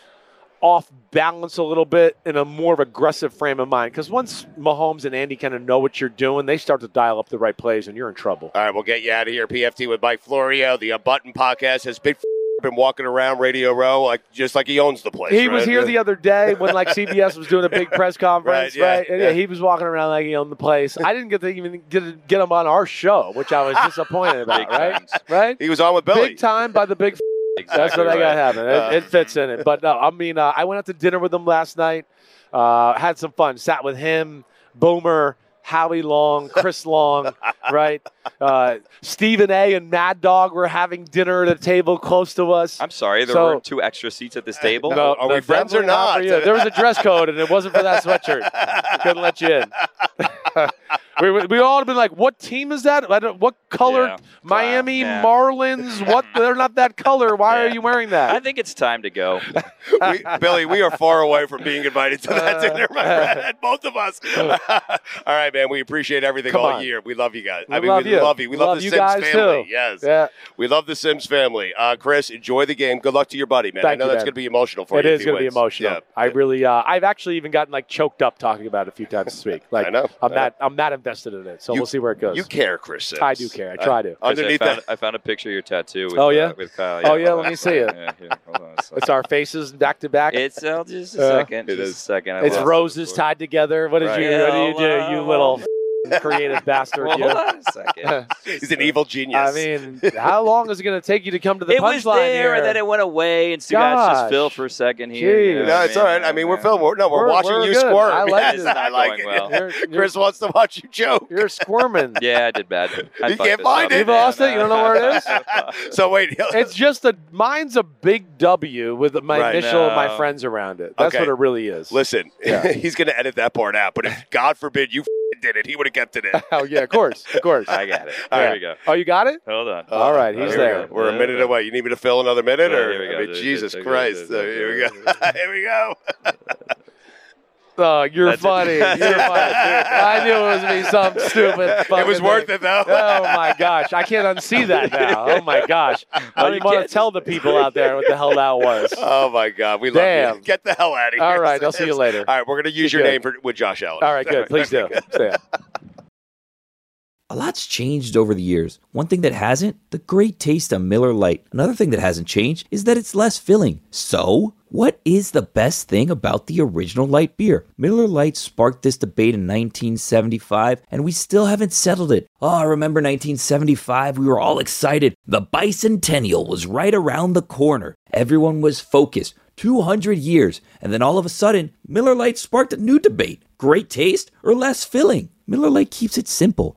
Speaker 6: off balance a little bit in a more of aggressive frame of mind. Because once Mahomes and Andy kind of know what you're doing, they start to dial up the right plays, and you're in trouble.
Speaker 4: All right, we'll get you out of here. PFT with Mike Florio. The uh, Button podcast has been been walking around Radio Row like just like he owns the place.
Speaker 6: he was
Speaker 4: right?
Speaker 6: here the other day when like CBS was doing a big press conference,
Speaker 4: Right, yeah,
Speaker 6: right? And, yeah,
Speaker 4: yeah.
Speaker 6: he was walking around like he owned the place. I didn't get to even get, to get him on our show, which I was disappointed about, right? Right?
Speaker 4: He was on with Billy. Uh.
Speaker 6: Big time by the big. That's what I got happening. It, it fits in it. But no, I mean, uh, I went out to dinner with him last night. Uh, had some fun. Sat with him, Boomer, Howie Long, Chris Long, right? Uh, Stephen A. and Mad Dog were having dinner at a table close to us.
Speaker 5: I'm sorry, there
Speaker 6: So-
Speaker 5: were two extra seats at this table.
Speaker 6: No, no, definitely for you. There was a dress code, and it wasn't for that sweatshirt. Couldn't let you in. we, we, we all have been like, "What team is that? I don't, what color? Miami
Speaker 5: yeah.
Speaker 6: Marlins? What? They're not that color. Why are you wearing that?"
Speaker 5: I think it's time to go.
Speaker 4: we, Billy, we are far away from being invited to
Speaker 6: Uh,
Speaker 4: that dinner, my friend. Both of us. All right, man. We appreciate everything
Speaker 6: Come
Speaker 4: all
Speaker 6: on.
Speaker 4: year. We love you guys.
Speaker 6: We
Speaker 4: I mean,
Speaker 6: love
Speaker 4: we
Speaker 6: you.
Speaker 4: love you. We love,
Speaker 6: Love
Speaker 4: the
Speaker 6: you
Speaker 4: Sims
Speaker 6: guys,
Speaker 4: family.
Speaker 6: too.
Speaker 4: Yes.
Speaker 6: Yeah.
Speaker 4: We love the Sims family. Uh, Chris, enjoy the game. Good luck to your buddy, man. I
Speaker 6: Thank
Speaker 4: know
Speaker 6: you,
Speaker 4: that's
Speaker 6: man.
Speaker 4: going to be emotional for
Speaker 6: It
Speaker 4: you.
Speaker 6: is
Speaker 4: going to
Speaker 6: be emotional. I really, uh, I've actually even gotten like choked up talking about it a few times this week. Like, I
Speaker 4: know.
Speaker 6: I'm
Speaker 4: I
Speaker 6: not, I'm not invested in it. So
Speaker 4: You-
Speaker 6: we'll see where it goes.
Speaker 4: You care, Chris. Sims. Uh,
Speaker 6: I do care. I try to.
Speaker 5: Chris,
Speaker 4: Underneath
Speaker 5: I found,
Speaker 4: that-
Speaker 5: I found a picture of your tattoo. With,
Speaker 6: Oh,
Speaker 5: uh,
Speaker 6: yeah?
Speaker 5: with Kyle.
Speaker 6: Oh, yeah, let
Speaker 5: hold on
Speaker 6: me
Speaker 5: a
Speaker 6: see it.
Speaker 5: second. Yeah, here, hold on a second.
Speaker 6: It's our faces back to back.
Speaker 5: It's uh, just a
Speaker 6: Uh,
Speaker 5: second.
Speaker 6: it
Speaker 5: just
Speaker 6: is.
Speaker 5: a second. I
Speaker 6: It's
Speaker 5: lost it
Speaker 6: roses
Speaker 5: before.
Speaker 6: tied together. What did
Speaker 5: Right. uh,
Speaker 6: you? What do you
Speaker 5: Yeah,
Speaker 6: do? You
Speaker 5: well,
Speaker 6: little creative bastard.
Speaker 5: Well,
Speaker 6: you.
Speaker 5: hold on a second.
Speaker 4: He's an evil genius.
Speaker 6: I mean, how long is it going to take you to come to the
Speaker 5: it was
Speaker 6: punchline
Speaker 5: there,
Speaker 6: here?
Speaker 5: and then it went away, and so that's
Speaker 6: Gosh.
Speaker 5: just Phil for a second here. you
Speaker 6: Jeez.
Speaker 5: know what
Speaker 4: No, it's
Speaker 5: I
Speaker 4: all
Speaker 5: mean?
Speaker 4: right. I mean, we're filming. We're, no, we're,
Speaker 6: We're-
Speaker 4: watching
Speaker 6: we're
Speaker 4: you
Speaker 6: good.
Speaker 4: squirm.
Speaker 6: I like
Speaker 4: Yes,
Speaker 6: this.
Speaker 4: I like it.
Speaker 5: Going well.
Speaker 6: You're- you're-
Speaker 4: Chris wants to watch you choke.
Speaker 6: You're squirming.
Speaker 5: Yeah, I did bad. I
Speaker 4: You
Speaker 5: fucked
Speaker 4: can't
Speaker 5: this
Speaker 4: find
Speaker 5: up.
Speaker 4: it.
Speaker 6: You've lost it. You don't know where it is.
Speaker 4: So wait.
Speaker 6: It's just a mine's a big W with my
Speaker 4: Right.
Speaker 6: initial and my
Speaker 5: No.
Speaker 6: friends around it. That's
Speaker 4: Okay.
Speaker 6: what it really is.
Speaker 4: Listen,
Speaker 6: Yeah.
Speaker 4: he's going to edit that part out. But if God forbid you f-
Speaker 9: did it, he would have kept it in.
Speaker 6: Oh yeah, of course, of course.
Speaker 9: I got it.
Speaker 6: Yeah.
Speaker 9: There we go.
Speaker 6: Oh, you got it?
Speaker 9: Hold on.
Speaker 6: All right, he's
Speaker 9: Here we
Speaker 6: there.
Speaker 9: go. We're a minute away. You need me to fill another minute,
Speaker 6: Yeah,
Speaker 9: or
Speaker 6: here we go.
Speaker 9: I mean,
Speaker 6: There-
Speaker 9: Jesus
Speaker 6: there- there-
Speaker 9: Christ!
Speaker 6: there-
Speaker 9: So here
Speaker 6: there-
Speaker 9: we go. here we go.
Speaker 6: Oh, you're
Speaker 9: That's it.
Speaker 6: funny. You're funny. I knew it was gonna be something stupid.
Speaker 9: It
Speaker 6: fucking
Speaker 9: was worth
Speaker 6: thing.
Speaker 9: it, though.
Speaker 6: Oh my gosh, I can't unsee that now. Oh my gosh, I don't even want to tell the people out there what the hell that was.
Speaker 9: Oh my God, we love
Speaker 6: Damn.
Speaker 9: you. Get the hell out of here.
Speaker 6: All right, I'll see you later.
Speaker 9: All right, we're gonna use
Speaker 6: Be
Speaker 9: your
Speaker 6: good.
Speaker 9: name for with Josh Allen.
Speaker 6: All right, good. Please do. Stay up.
Speaker 10: A lot's changed over the years. One thing that hasn't, the great taste of Miller Lite. Another thing that hasn't changed is that it's less filling. So, what is the best thing about the original light beer? Miller Lite sparked this debate in 1975, and we still haven't settled it. Oh, I remember 1975, we were all excited. The bicentennial was right around the corner. Everyone was focused. 200 years, and then all of a sudden, Miller Lite sparked a new debate great taste or less filling. Miller Lite keeps it simple.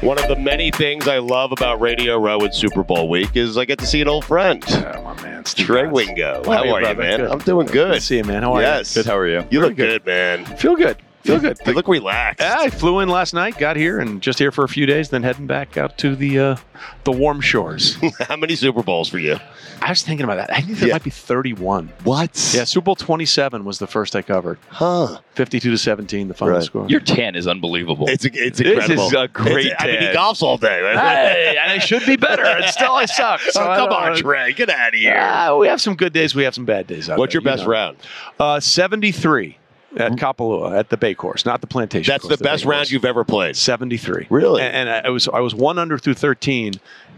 Speaker 4: One of the many things I love about Radio Row and Super Bowl week is I get to see an old friend.
Speaker 11: Oh,
Speaker 4: Yeah, my man, Trey Wingo.
Speaker 11: How are
Speaker 4: how
Speaker 11: you,
Speaker 4: are you,
Speaker 11: brother?
Speaker 4: man?
Speaker 11: Good.
Speaker 4: I'm doing
Speaker 11: Good
Speaker 4: good.
Speaker 11: to see you, man. How are you?
Speaker 4: yes.
Speaker 11: Good, how are you?
Speaker 4: You
Speaker 11: Very
Speaker 4: look
Speaker 11: good.
Speaker 4: good, man.
Speaker 11: Feel good. Feel good.
Speaker 4: You look relaxed.
Speaker 11: I flew in last night, got here, and just here for a few days, then heading back out to the uh, the warm shores.
Speaker 4: How many Super Bowls for you?
Speaker 11: I was thinking about that. I think there might be 31. What? Yeah, Super Bowl 27 was the first I covered.
Speaker 4: Huh.
Speaker 11: 52 to 17, the final score.
Speaker 5: Your tan is unbelievable.
Speaker 4: It's, it's
Speaker 11: This is a great
Speaker 5: tan.
Speaker 4: I mean, he golfs all day.
Speaker 11: Hey, and I should be better. And still I suck. So
Speaker 4: oh,
Speaker 11: I
Speaker 4: come
Speaker 11: don't-
Speaker 4: on, Trey. Get out of here.
Speaker 11: Ah, we have some good days. We have some bad days. out
Speaker 4: What's
Speaker 11: there,
Speaker 4: your best
Speaker 11: you know.
Speaker 4: round?
Speaker 11: Uh, 73 at Kapalua at the Bay Course, not the Plantation.
Speaker 4: That's the best round you've ever played.
Speaker 11: 73. Really? And, and I, I was I was one under through 13.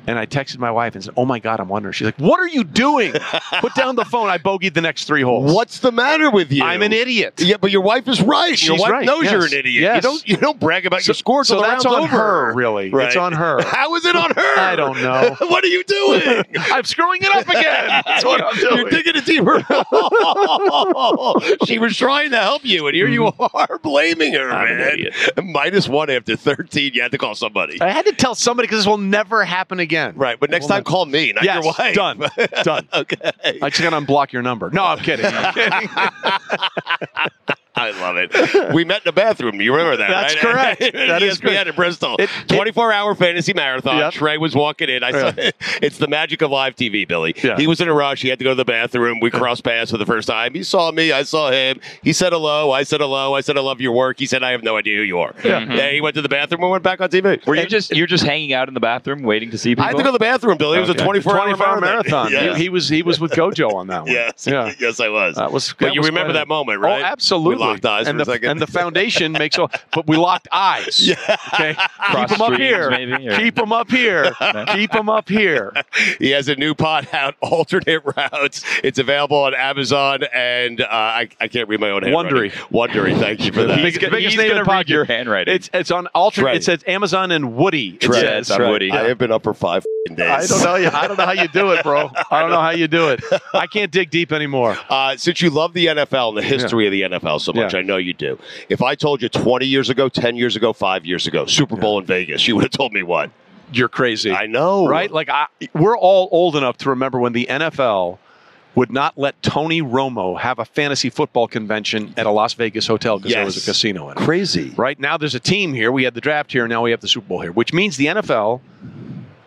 Speaker 11: And I texted my wife and said, "Oh my God, I'm wondering." She's like, "What are you doing? Put down the phone. I bogeyed the next three holes."
Speaker 4: What's the matter with you?
Speaker 11: I'm an idiot.
Speaker 4: Yeah, but your wife is right. Your
Speaker 11: She's
Speaker 4: wife
Speaker 11: right.
Speaker 4: knows you're
Speaker 11: Yes.
Speaker 4: an idiot. You
Speaker 11: Yes.
Speaker 4: don't you don't brag about
Speaker 11: So-
Speaker 4: your score
Speaker 11: so
Speaker 4: till the
Speaker 11: that's
Speaker 4: round's
Speaker 11: on her,
Speaker 4: over.
Speaker 11: really.
Speaker 4: Right.
Speaker 11: It's on her.
Speaker 4: How is it on her?
Speaker 11: I don't know.
Speaker 4: what are you doing?
Speaker 11: I'm screwing it up again. That's what I'm doing.
Speaker 4: You're digging it deeper. she was trying to help you, and here you
Speaker 11: Mm-hmm.
Speaker 4: are blaming her, man. Minus one after 13. You had to call somebody.
Speaker 11: I had to tell somebody because this will never happen again.
Speaker 4: Right, but next
Speaker 11: Will
Speaker 4: time
Speaker 11: not-
Speaker 4: call me, not
Speaker 11: Yes,
Speaker 4: your wife.
Speaker 11: Done. Done.
Speaker 4: okay.
Speaker 11: I just gotta unblock your number. No, I'm kidding. I'm kidding.
Speaker 4: I love it. We met in the bathroom. You remember that?
Speaker 11: That's
Speaker 4: right? E
Speaker 11: correct. That is
Speaker 4: we had
Speaker 11: correct.
Speaker 4: in Bristol.
Speaker 11: It-
Speaker 4: 24 hour fantasy marathon.
Speaker 11: Yep.
Speaker 4: Trey was walking in. I saw it's the magic of live TV, Billy.
Speaker 11: Yeah.
Speaker 4: He was in a rush. He had to go to the bathroom. We crossed paths for the first time. He saw me. I saw him. He said hello. I said hello. I said I love your work. He said I have no idea who you are.
Speaker 5: Yeah.
Speaker 4: he went to the bathroom and went back on TV. Were
Speaker 5: you just you're just hanging out in the bathroom waiting to see people?
Speaker 4: I had to go to the bathroom, Billy. It was a
Speaker 5: Okay.
Speaker 4: 24 hour marathon.
Speaker 11: marathon.
Speaker 4: Yes.
Speaker 11: He, he was he was with Gojo on that one.
Speaker 4: Yes.
Speaker 11: Yeah.
Speaker 4: Yes, I was.
Speaker 11: That was.
Speaker 4: But
Speaker 11: that
Speaker 4: you
Speaker 11: was
Speaker 4: remember
Speaker 11: quite a-
Speaker 4: that moment, right?
Speaker 11: Oh, absolutely.
Speaker 4: We locked eyes
Speaker 11: and
Speaker 4: for
Speaker 11: the,
Speaker 4: a second.
Speaker 11: And the foundation makes all. But we locked eyes. Okay. Keep
Speaker 4: Cross
Speaker 11: them up
Speaker 4: streams,
Speaker 11: here.
Speaker 4: maybe, or-
Speaker 11: Keep them up here. Keep them up here.
Speaker 4: He has a new pot out, alternate routes. It's available on Amazon, and uh, I, I can't read my own handwriting. Wondery. Wondery. Thank you for that.
Speaker 11: Biggest- biggest name in the pocket. It's it's on alternate.
Speaker 4: Right.
Speaker 11: It says Amazon and Woody. It
Speaker 4: Right.
Speaker 11: says
Speaker 4: That's right. I have been up for five
Speaker 11: I
Speaker 4: days.
Speaker 11: don't know. I don't know how you do it, bro. I don't know how you do it. I can't dig deep anymore.
Speaker 4: Uh, since you love the NFL and the history of the NFL so much, I know you do. If I told you 20 years ago, 10 years ago, five years ago, Super Bowl in Vegas, you would have told me what?
Speaker 11: You're crazy.
Speaker 4: I know.
Speaker 11: Right? Like I, we're all old enough to remember when the NFL would not let Tony Romo have a fantasy football convention at a Las Vegas hotel because there was
Speaker 4: Yes.
Speaker 11: a casino in it.
Speaker 4: Crazy.
Speaker 11: Right? Now there's a team here. We had the draft here. Now we have the Super Bowl here, which means the NFL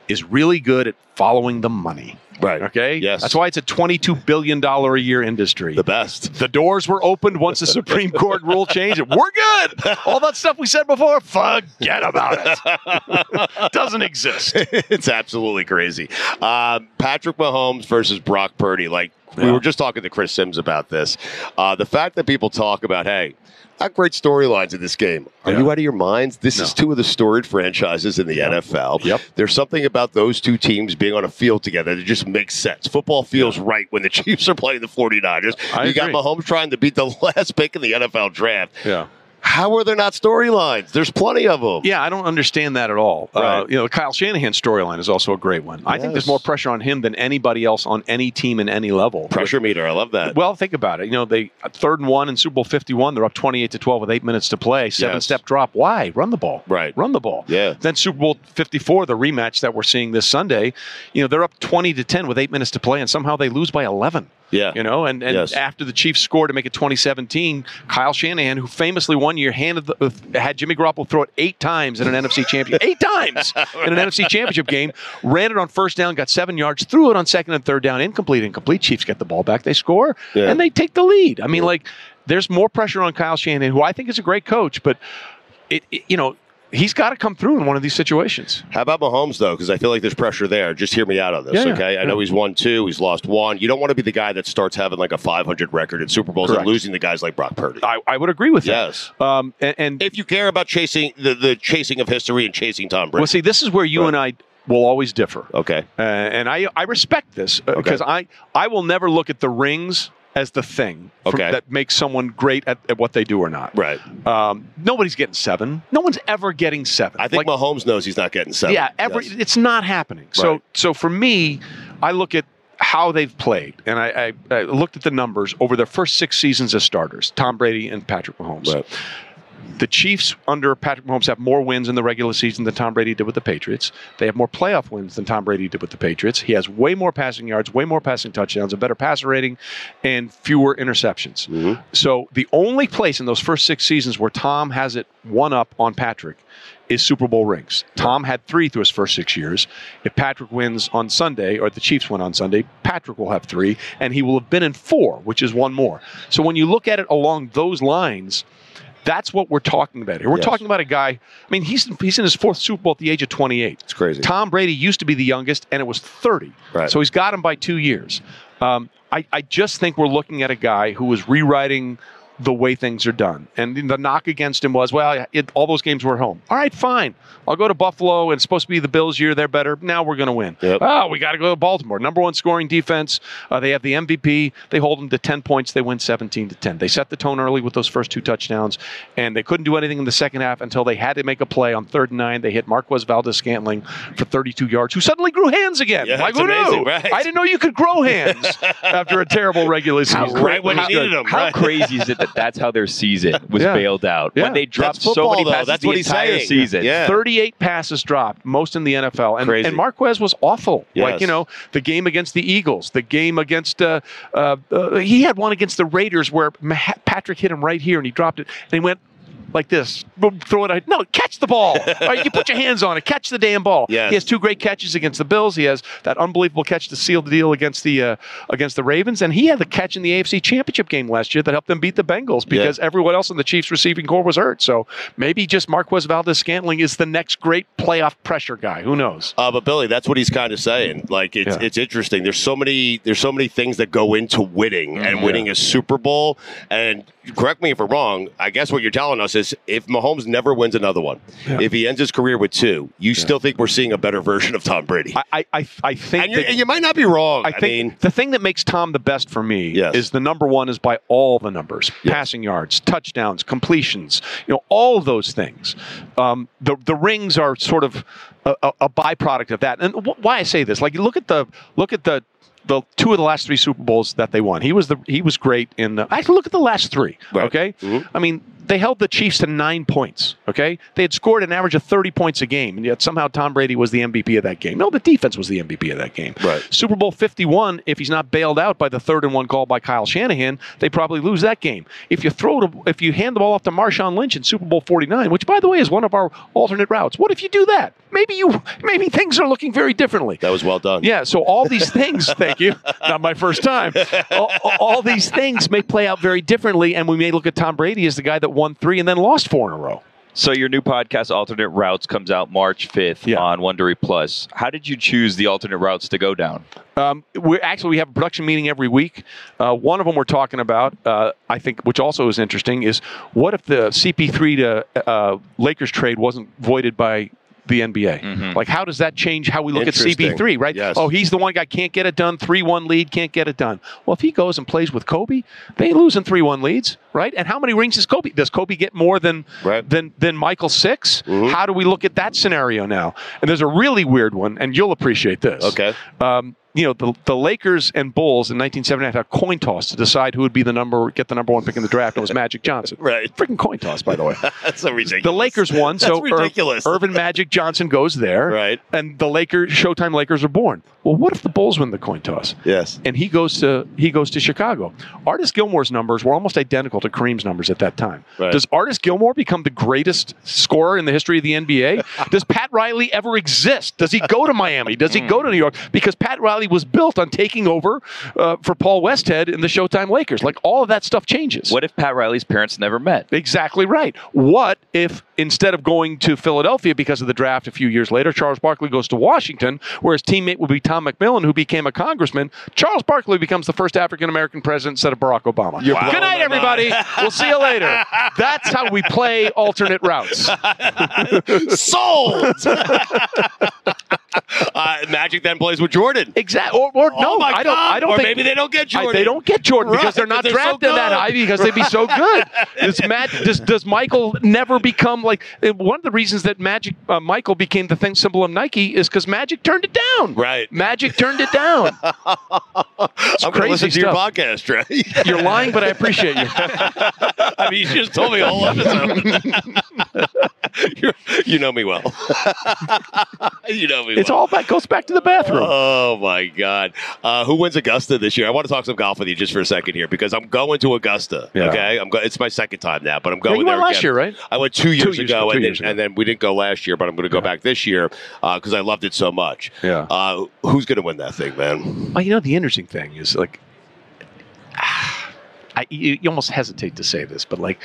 Speaker 11: is really good at following the money.
Speaker 4: Right.
Speaker 11: Okay.
Speaker 4: Yes.
Speaker 11: That's why it's a twenty-two billion dollar a year industry. The
Speaker 4: best.
Speaker 11: The doors were opened once the Supreme Court rule changed. it. We're good. All that stuff we said before, forget about it. Doesn't exist.
Speaker 4: it's absolutely crazy. Uh, Patrick Mahomes versus Brock Purdy. Like we were just talking to Chris Sims about this. Uh, the fact that people talk about, hey, not great storylines in this game. Are you out of your minds? This is two of the storied franchises in the NFL. Yep. There's something about those two teams being on a field together that just makes sense. Football feels right when the Chiefs are playing the 49ers.
Speaker 11: I
Speaker 4: you got
Speaker 11: agree.
Speaker 4: Mahomes trying to beat the last pick in the NFL draft.
Speaker 11: Yeah.
Speaker 4: How are there not storylines? There's plenty of them.
Speaker 11: Yeah, I don't understand that at all. Uh, you know, the Kyle Shanahan storyline is also a great one. I think there's more pressure on him than anybody else on any team in any level.
Speaker 4: Pressure meter. I love that.
Speaker 11: Well, think about it. You know, they uh, third and one in Super Bowl 51, they're up 28 to 12 with eight minutes to play. Seven
Speaker 4: Yes.
Speaker 11: step drop. Why? Run the ball.
Speaker 4: Right.
Speaker 11: Run the ball.
Speaker 4: Yeah.
Speaker 11: Then Super Bowl 54, the rematch that we're seeing this Sunday, you know, they're up 20 to 10 with eight minutes to play, and somehow they lose by 11.
Speaker 4: Yeah.
Speaker 11: You know, and, and
Speaker 4: Yes.
Speaker 11: after the Chiefs scored to make it 2017, Kyle Shanahan, who famously one year handed the, had Jimmy Garoppolo throw it eight times in an NFC championship, eight times in an NFC championship game, ran it on first down, got seven yards, threw it on second and third down, incomplete, incomplete. Chiefs get the ball back, they score, and they take the lead. I mean, like, there's more pressure on Kyle Shanahan, who I think is a great coach, but it, it you know, he's got to come through in one of these situations.
Speaker 4: How about Mahomes though? Because I feel like there's pressure there. Just hear me out on this,
Speaker 11: Yeah, yeah,
Speaker 4: okay? I
Speaker 11: yeah.
Speaker 4: know he's won two, he's lost one. You don't want to be the guy that starts having like a 500 record in Super Bowls
Speaker 11: Correct.
Speaker 4: and losing the guys like Brock Purdy.
Speaker 11: I, I would agree with
Speaker 4: yes.
Speaker 11: that. Um, and, and
Speaker 4: if you care about chasing the, the chasing of history and chasing Tom Brady,
Speaker 11: Well, see, this is where you and I will always differ.
Speaker 4: Okay.
Speaker 11: Uh, and I, I respect this uh, because I, I will never look at the rings as the thing for-
Speaker 4: Okay.
Speaker 11: that makes someone great at, at what they do or not.
Speaker 4: Right.
Speaker 11: Um, nobody's getting seven. No one's ever getting seven.
Speaker 4: I think Mahomes knows he's not getting seven.
Speaker 11: Yeah, every, it's not happening. So so for me, I look at how they've played, and I, I, I looked at the numbers over their first six seasons as starters: Tom Brady and Patrick Mahomes. The Chiefs under Patrick Mahomes have more wins in the regular season than Tom Brady did with the Patriots. They have more playoff wins than Tom Brady did with the Patriots. He has way more passing yards, way more passing touchdowns, a better passer rating, and fewer interceptions. So the only place in those first six seasons where Tom has it one up on Patrick is Super Bowl rings. Tom had three through his first six years. If Patrick wins on Sunday, or the Chiefs win on Sunday, Patrick will have three, and he will have been in four, which is one more. So when you look at it along those lines, that's what we're talking about here. We're
Speaker 4: Yes.
Speaker 11: talking about a guy. I mean, he's he's in his fourth Super Bowl at the age of 28. It's
Speaker 4: crazy.
Speaker 11: Tom Brady used to be the youngest, and it was 30.
Speaker 4: Right.
Speaker 11: So he's got him by two years. Um, I, I just think we're looking at a guy who is rewriting the way things are done. And the knock against him was, well, it, all those games were at home. All right, fine. I'll go to Buffalo. It's supposed to be the Bills' year. They're better. Now we're going to win. Oh, we got to go to Baltimore. Number one scoring defense. Uh, they have the MVP. They hold them to 10 points. They win 17 to 10. They set the tone early with those first two touchdowns, and they couldn't do anything in the second half until they had to make a play on third and nine. They hit Marquez Valdez Scantling for 32 yards, who suddenly grew hands again.
Speaker 4: Yeah,
Speaker 11: like,
Speaker 4: it's
Speaker 11: who knew?
Speaker 4: amazing, right?
Speaker 11: I didn't know you could grow hands after a terrible regular season.
Speaker 4: right when you needed 'em,
Speaker 5: How
Speaker 4: right?
Speaker 5: crazy is it that that's how their season was
Speaker 11: Yeah.
Speaker 5: bailed out
Speaker 11: Yeah.
Speaker 5: when they dropped so many passes the entire season?
Speaker 11: 38 passes dropped, most in the NFL. And,
Speaker 5: Crazy.
Speaker 11: and Marquez was awful.
Speaker 5: Yes.
Speaker 11: Like, you know, the game against the Eagles, the game against, uh, uh, uh, he had one against the Raiders where Ma- Patrick hit him right here and he dropped it and he went like this, boom, throw it. out. No, catch the ball. All right, you put your hands on it, catch the damn ball.
Speaker 4: Yes.
Speaker 11: He has two great catches against the Bills. He has that unbelievable catch to seal the deal against the uh, against the Ravens, and he had the catch in the AFC Championship game last year that helped them beat the Bengals because everyone else in the Chiefs receiving core was hurt. So maybe just Marquez Valdez Scantling is the next great playoff pressure guy. Who knows?
Speaker 4: Uh, but Billy, that's what he's kind of saying. Like it's it's interesting. There's so many there's so many things that go into winning
Speaker 11: Mm-hmm.
Speaker 4: and winning a Super Bowl. And correct me if I'm wrong. I guess what you're telling us is if Mahomes never wins another one, if he ends his career with two, you still think we're seeing a better version of Tom Brady.
Speaker 11: I I, I think
Speaker 4: and, you're-
Speaker 11: that-
Speaker 4: and you might not be wrong. I,
Speaker 11: I think
Speaker 4: mean,
Speaker 11: the thing that makes Tom the best for me is the number one is by all the numbers: passing yards, touchdowns, completions. You know, all of those things. Um, the the rings are sort of a, a, a byproduct of that. And wh- why I say this, like, you look at the look at the. The two of the last three Super Bowls that they won, he was the he was great in. The, actually, look at the last three. Okay, I mean They held the Chiefs to nine points. Okay, they had scored an average of thirty points a game, and yet somehow Tom Brady was the MVP of that game. No, the defense was the MVP of that game. Right. Super Bowl Fifty One. If he's not bailed out by the third and one call by Kyle Shanahan, they probably lose that game. If you throw to, if you hand the ball off to Marshawn Lynch in Super Bowl Forty Nine, which by the way is one of our alternate routes, what if you do that? Maybe you maybe things are looking very differently.
Speaker 4: That was well done.
Speaker 11: Yeah. So all these things, thank you. Not my first time. All, all these things may play out very differently, and we may look at Tom Brady as the guy that won three and then lost four in a row.
Speaker 5: So your new podcast, Alternate Routes, comes out March 5th on Wondery Plus. How did you choose the alternate routes to go down?
Speaker 11: Um, we actually we have a production meeting every week. Uh, one of them we're talking about, uh, I think, which also is interesting, is what if the CP3 to uh, Lakers trade wasn't voided by the NBA?
Speaker 5: Mm-hmm.
Speaker 11: Like, how does that change how we look at
Speaker 4: Interesting.
Speaker 11: CP3? Right?
Speaker 4: Yes.
Speaker 11: Oh, he's the one guy can't get it done. Three-one lead, can't get it done. Well, if he goes and plays with Kobe, they lose in three-one leads, right? And how many rings does Kobe? Does Kobe get more than than than Michael 6 How do we look at that scenario now? And there's a really weird one, and you'll appreciate this. Okay. Um, you know the, the Lakers and Bulls in 1979 had a coin toss to decide who would be the number get the number one pick in the draft. and It was Magic Johnson. right. Freaking coin toss, by the way.
Speaker 4: That's so ridiculous.
Speaker 11: The Lakers won, so
Speaker 4: That's
Speaker 11: Ir-
Speaker 4: ridiculous.
Speaker 11: Irvin Magic Johnson goes there, right? And the Lakers, Showtime Lakers, are born. Well, what if the Bulls win the coin toss?
Speaker 4: Yes.
Speaker 11: And he goes to he goes to Chicago. Artis Gilmore's numbers were almost identical to Kareem's numbers at that time.
Speaker 4: Right.
Speaker 11: Does Artis Gilmore become the greatest scorer in the history of the NBA? Does Pat Riley ever exist? Does he go to Miami? Does he go to New York? Because Pat Riley was built on taking over uh, for Paul Westhead in the Showtime Lakers. Like all of that stuff changes.
Speaker 5: What if Pat Riley's parents never met?
Speaker 11: Exactly right. What if instead of going to Philadelphia because of the draft a few years later, Charles Barkley goes to Washington, where his teammate would be Tom McMillan, who became a congressman? Charles Barkley becomes the first African American president instead of Barack Obama.
Speaker 4: You're
Speaker 11: Good
Speaker 4: blowing
Speaker 11: night,
Speaker 4: my
Speaker 9: uh,
Speaker 11: everybody.
Speaker 4: mind.
Speaker 11: we'll see you later. That's how we play alternate routes.
Speaker 4: Sold. uh, Magic then plays with Jordan.
Speaker 11: Exactly. Or, or
Speaker 4: no,
Speaker 11: I don't. I don't
Speaker 4: Oh or
Speaker 11: think
Speaker 4: maybe they don't get
Speaker 11: I-
Speaker 4: Jordan.
Speaker 11: they don't get Jordan
Speaker 4: Right,
Speaker 11: because they're not
Speaker 4: so
Speaker 11: drafted that
Speaker 4: good.
Speaker 11: high because they'd be so good. Does Matt? Does, does Michael never become like eh, one of the reasons that Magic uh, Michael became the thing symbol of Nike is because Magic turned it down. Right. Magic turned it down. It's
Speaker 4: I'm gonna
Speaker 11: crazy
Speaker 4: listen to your
Speaker 11: stuff.
Speaker 4: podcast, Trey.
Speaker 11: You're lying, but I appreciate you.
Speaker 4: I mean, you just told me a whole episode. You're- you know me well. you know me
Speaker 11: It's
Speaker 4: well.
Speaker 11: all back goes back to the bathroom.
Speaker 4: Oh my God! Uh, who wins Augusta this year? I want to talk some golf with you just for a second here because I'm going to Augusta.
Speaker 11: Yeah.
Speaker 4: Okay, I'm go- it's my second time now, but I'm
Speaker 11: Yeah,
Speaker 4: going
Speaker 11: you
Speaker 4: there
Speaker 11: went last
Speaker 4: again.
Speaker 11: year, right?
Speaker 4: I went two
Speaker 11: Two
Speaker 4: years,
Speaker 11: years
Speaker 4: ago,
Speaker 11: ago, two
Speaker 4: and,
Speaker 11: years
Speaker 4: then, and then we didn't go last year, but I'm going to go back this year because I loved it so much.
Speaker 11: Yeah.
Speaker 4: Uh, who's going to win that thing, man?
Speaker 11: Well, you know the interesting thing is like, I, you, you almost hesitate to say this, but like,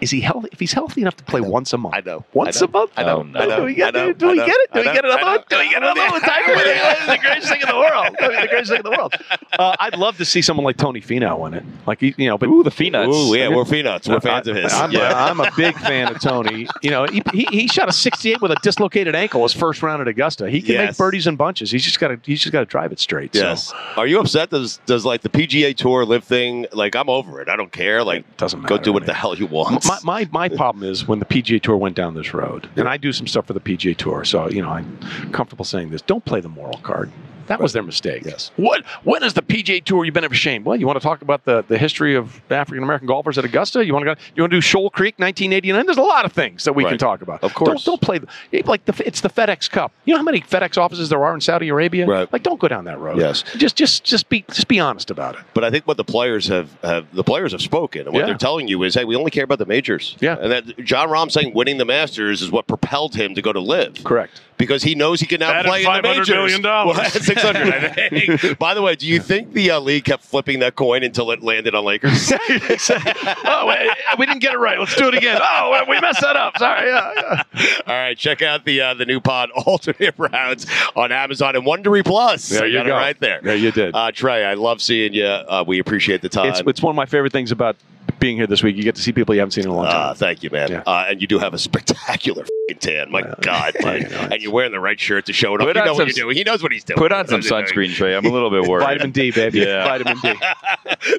Speaker 11: is he healthy? If he's healthy enough to play once a month, I know. Once
Speaker 4: know.
Speaker 11: a month,
Speaker 4: I know.
Speaker 11: Oh, no.
Speaker 4: I know.
Speaker 11: Do we get,
Speaker 4: I know.
Speaker 11: do we
Speaker 4: I
Speaker 11: get it? Do
Speaker 4: know.
Speaker 11: we get it?
Speaker 4: I
Speaker 11: I'm
Speaker 4: know.
Speaker 11: on. Do we get it? I'm on. It's time for it. It's the greatest thing in the world. It's the greatest thing in the world. Uh, I'd love to see someone like Tony Finau win it. Like you you know, but ooh, the
Speaker 4: Peanuts. Ooh, yeah, we're Peanuts. We're fans of his.
Speaker 11: I'm,
Speaker 4: Yeah.
Speaker 11: a, I'm a big fan of Tony. You know, he, he, he shot a 68 with a dislocated ankle his first round at Augusta. He can
Speaker 4: Yes.
Speaker 11: make birdies and bunches. He's just got to he's just got to drive it straight.
Speaker 4: Yes.
Speaker 11: So.
Speaker 4: Are you upset? Does does like the PGA Tour live thing? Like I'm over it. I don't care. Like
Speaker 11: doesn't
Speaker 4: go do what the hell you want.
Speaker 11: My, my, my problem is when the PGA Tour went down this road, and I do some stuff for the PGA Tour, so you know I'm comfortable saying this. Don't play the moral card. That was their mistake. Yes. What? When is the PGA Tour? You've been ashamed. Well, you want to talk about the, the history of African American golfers at Augusta? You want to go? You want to do Shoal Creek, 1989? There's a lot of things that we can talk about. Of course. Don't, don't play the, like the it's the FedEx Cup. You know how many FedEx offices there are in Saudi Arabia? Right. Like, don't go down that road.
Speaker 4: Yes.
Speaker 11: Just just just be just be honest about it.
Speaker 4: But I think what the players have, have the players have spoken, and what
Speaker 11: Yeah.
Speaker 4: they're telling you is, hey, we only care about the majors. Yeah. And that John Rahm saying winning the Masters is what propelled him to go to live.
Speaker 11: Correct.
Speaker 4: Because he knows he can now
Speaker 12: That and
Speaker 4: play in the
Speaker 12: $500
Speaker 4: majors.
Speaker 12: million dollars.
Speaker 4: six hundred. I think. By the way, do you think the uh, league kept flipping that coin until it landed on Lakers?
Speaker 11: oh, we- we didn't get it right. Let's do it again. Oh, we messed that up. Sorry. Yeah, yeah.
Speaker 4: All right, check out the uh, the new pod alternate routes on Amazon and Wondery Plus.
Speaker 11: There
Speaker 4: I
Speaker 11: you
Speaker 4: got
Speaker 11: go.
Speaker 4: it right there.
Speaker 11: Yeah, you did.
Speaker 4: Uh, Trey, I love seeing you. Uh, we appreciate the time.
Speaker 11: It's, it's one of my favorite things about being here this week. You get to see people you haven't seen in a long time.
Speaker 4: Uh, thank you, man. Uh, and you do have a spectacular fing tan. My God, dude. and you're wearing the right shirt to show it off.
Speaker 5: Put
Speaker 4: You
Speaker 5: on
Speaker 4: know
Speaker 5: some-
Speaker 4: what you're doing. He knows what he's doing.
Speaker 5: Put on some
Speaker 4: He knows what he's doing.
Speaker 5: sunscreen, Trey. I'm a little bit worried.
Speaker 11: Vitamin D, baby.
Speaker 5: Yeah.
Speaker 11: Vitamin D.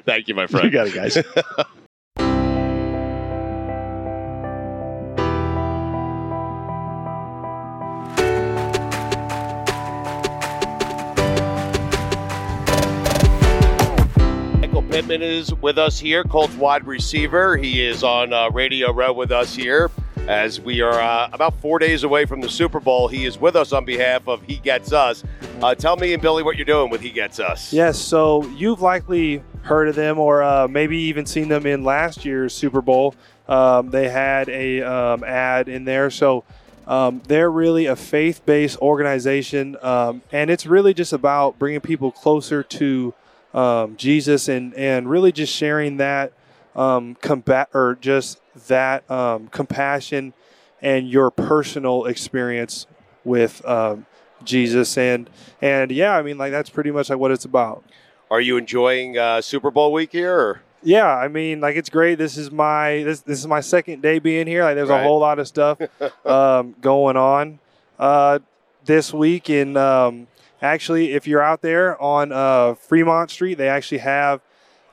Speaker 4: Thank you, my friend.
Speaker 11: You got it, guys.
Speaker 4: Michael Pittman is with us here, Colts wide receiver. He is on uh, Radio Row with us here as we are uh, about four days away from the Super Bowl. He is with us on behalf of He Gets Us. Uh, tell me and Billy what you're doing with He Gets Us.
Speaker 13: Yes, so you've likely heard of them or uh, maybe even seen them in last year's Super Bowl. Um, they had a um, ad in there. So um, they're really a faith based organization. Um, and it's really just about bringing people closer to um, Jesus and, and really just sharing that um, combat or just that um, compassion and your personal experience with um, Jesus and and yeah, I mean like that's pretty much like what it's about.
Speaker 4: Are you enjoying uh, Super Bowl week here? Or?
Speaker 13: Yeah, I mean like it's great. This is my this this is my second day being here. Like there's
Speaker 4: Right.
Speaker 13: a whole lot of stuff um, going on uh, this week. And um, actually, if you're out there on uh, Fremont Street, they actually have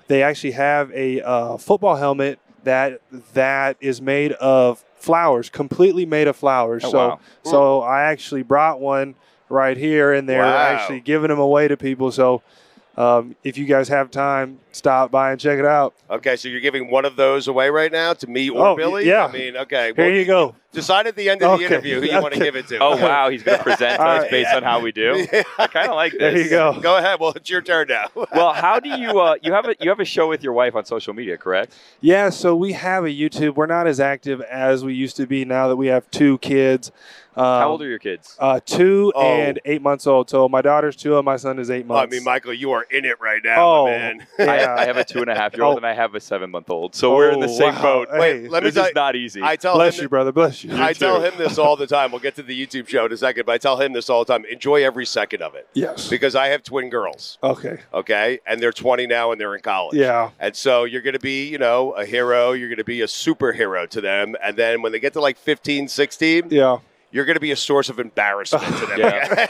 Speaker 13: they actually have a uh, football helmet that that is made of flowers, completely made of flowers.
Speaker 14: Oh,
Speaker 13: so
Speaker 14: wow.
Speaker 13: so I actually brought one right here, and they're
Speaker 14: Wow.
Speaker 13: actually giving them away to people. So um, if you guys have time, stop by and check it out.
Speaker 4: Okay, so you're giving one of those away right now to me or
Speaker 13: Oh, y-
Speaker 4: Billy?
Speaker 13: yeah.
Speaker 4: I mean, okay.
Speaker 13: Here you go.
Speaker 4: Decide at the end of the
Speaker 13: Okay.
Speaker 4: interview who you want to
Speaker 13: Okay.
Speaker 4: give it to.
Speaker 13: Oh, wow, he's gonna
Speaker 5: present
Speaker 13: All
Speaker 5: us
Speaker 13: right.
Speaker 5: based on how we do. I kind of like this.
Speaker 13: There you go.
Speaker 4: Go ahead. Well, it's your turn now.
Speaker 5: well, how do you uh, you have a you have a show with your wife on social media, correct?
Speaker 13: Yeah, so we have a YouTube. We're not as active as we used to be now that we have two kids. Um,
Speaker 5: How old are your kids?
Speaker 13: Uh, two
Speaker 4: Oh.
Speaker 13: and eight months old. So my daughter's two and my son is eight
Speaker 4: Well, Oh, I
Speaker 13: months.
Speaker 4: mean, Michael, you are in it right now,
Speaker 13: Oh,
Speaker 4: my man.
Speaker 13: yeah.
Speaker 5: I, I have a two and a half year old
Speaker 13: Oh.
Speaker 5: and I have a seven month old, so we're in the
Speaker 13: Oh,
Speaker 5: same
Speaker 13: wow.
Speaker 5: boat.
Speaker 13: Hey.
Speaker 4: Let me
Speaker 5: this
Speaker 4: tell
Speaker 5: is
Speaker 4: you-
Speaker 5: not easy.
Speaker 4: I tell
Speaker 13: bless
Speaker 4: him
Speaker 13: you, brother. Bless you.
Speaker 4: I tell him this all the time. We'll get to the YouTube show in a second, but I tell him this all the time. Enjoy every second of it.
Speaker 13: Yes.
Speaker 4: Because I have twin girls.
Speaker 13: Okay.
Speaker 4: Okay. And they're 20 now and they're in college.
Speaker 13: Yeah.
Speaker 4: And so you're going to be, you know, a hero. You're going to be a superhero to them. And then when they get to like 15, 16,
Speaker 13: yeah.
Speaker 4: you're going to be a source of embarrassment to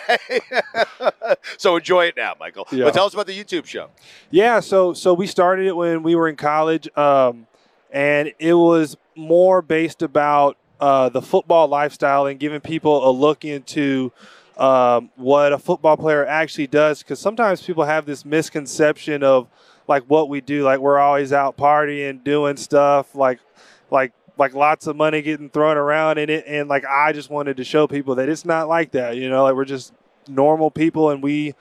Speaker 4: them.
Speaker 13: Yeah.
Speaker 4: so enjoy it now, Michael.
Speaker 13: Yeah.
Speaker 4: But tell us about the YouTube show.
Speaker 13: Yeah, so so we started it when we were in college, um, and it was more based about uh, the football lifestyle and giving people a look into um, what a football player actually does. Because sometimes people have this misconception of like what we do, like we're always out partying, doing stuff, like like like lots of money getting thrown around in it and like I just wanted to show people that it's not like that, you know, like we're just normal people and we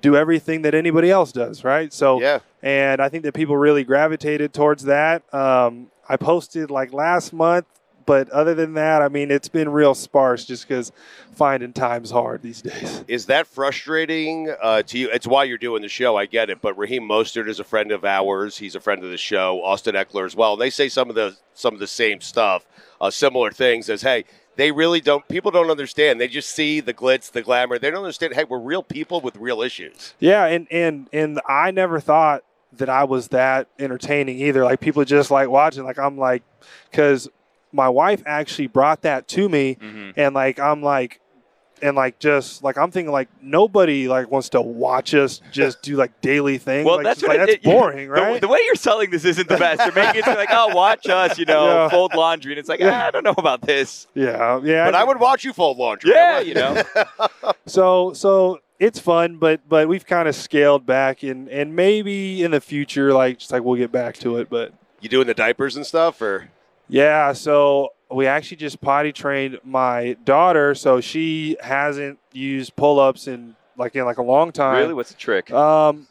Speaker 13: do everything that anybody else does, right? So
Speaker 4: yeah,
Speaker 13: and I think that people really gravitated towards that. Um, I posted like last month, but other than that, I mean, it's been real sparse just because finding time's hard these days.
Speaker 4: Is that frustrating uh, to you? It's why you're doing the show. I get it. But Raheem Mostert is a friend of ours. He's a friend of the show. Austin Eckler as well. They say some of the some of the same stuff, uh, similar things as hey. They really don't. People don't understand. They just see the glitz, the glamour. They don't understand. Hey, we're real people with real issues.
Speaker 13: Yeah, and and and I never thought that I was that entertaining either. Like people just like watching. Like I'm like, because my wife actually brought that to me,
Speaker 5: Mm-hmm.
Speaker 13: and like I'm like, and like just like I'm thinking like nobody like wants to watch us just do like daily things.
Speaker 5: Well,
Speaker 13: like,
Speaker 5: that's
Speaker 13: she's
Speaker 5: what
Speaker 13: like,
Speaker 5: it-
Speaker 13: that's
Speaker 5: it- you-
Speaker 13: boring,
Speaker 5: the-
Speaker 13: right?
Speaker 5: The, way you're selling this isn't the best. You're making it seem like, oh, watch us, you know,
Speaker 13: Yeah.
Speaker 5: fold laundry, and it's like, ah, I don't know about this.
Speaker 13: yeah, Uh, yeah.
Speaker 4: But I would watch you fold laundry.
Speaker 5: Yeah, you know.
Speaker 13: so so it's fun, but but we've kind of scaled back, and and maybe in the future, like just like we'll get back to it, but.
Speaker 4: You doing the diapers and stuff, or
Speaker 13: Yeah, so we actually just potty trained my daughter, so she hasn't used pull ups in like in like a long time.
Speaker 5: Really? What's the trick?
Speaker 13: Um,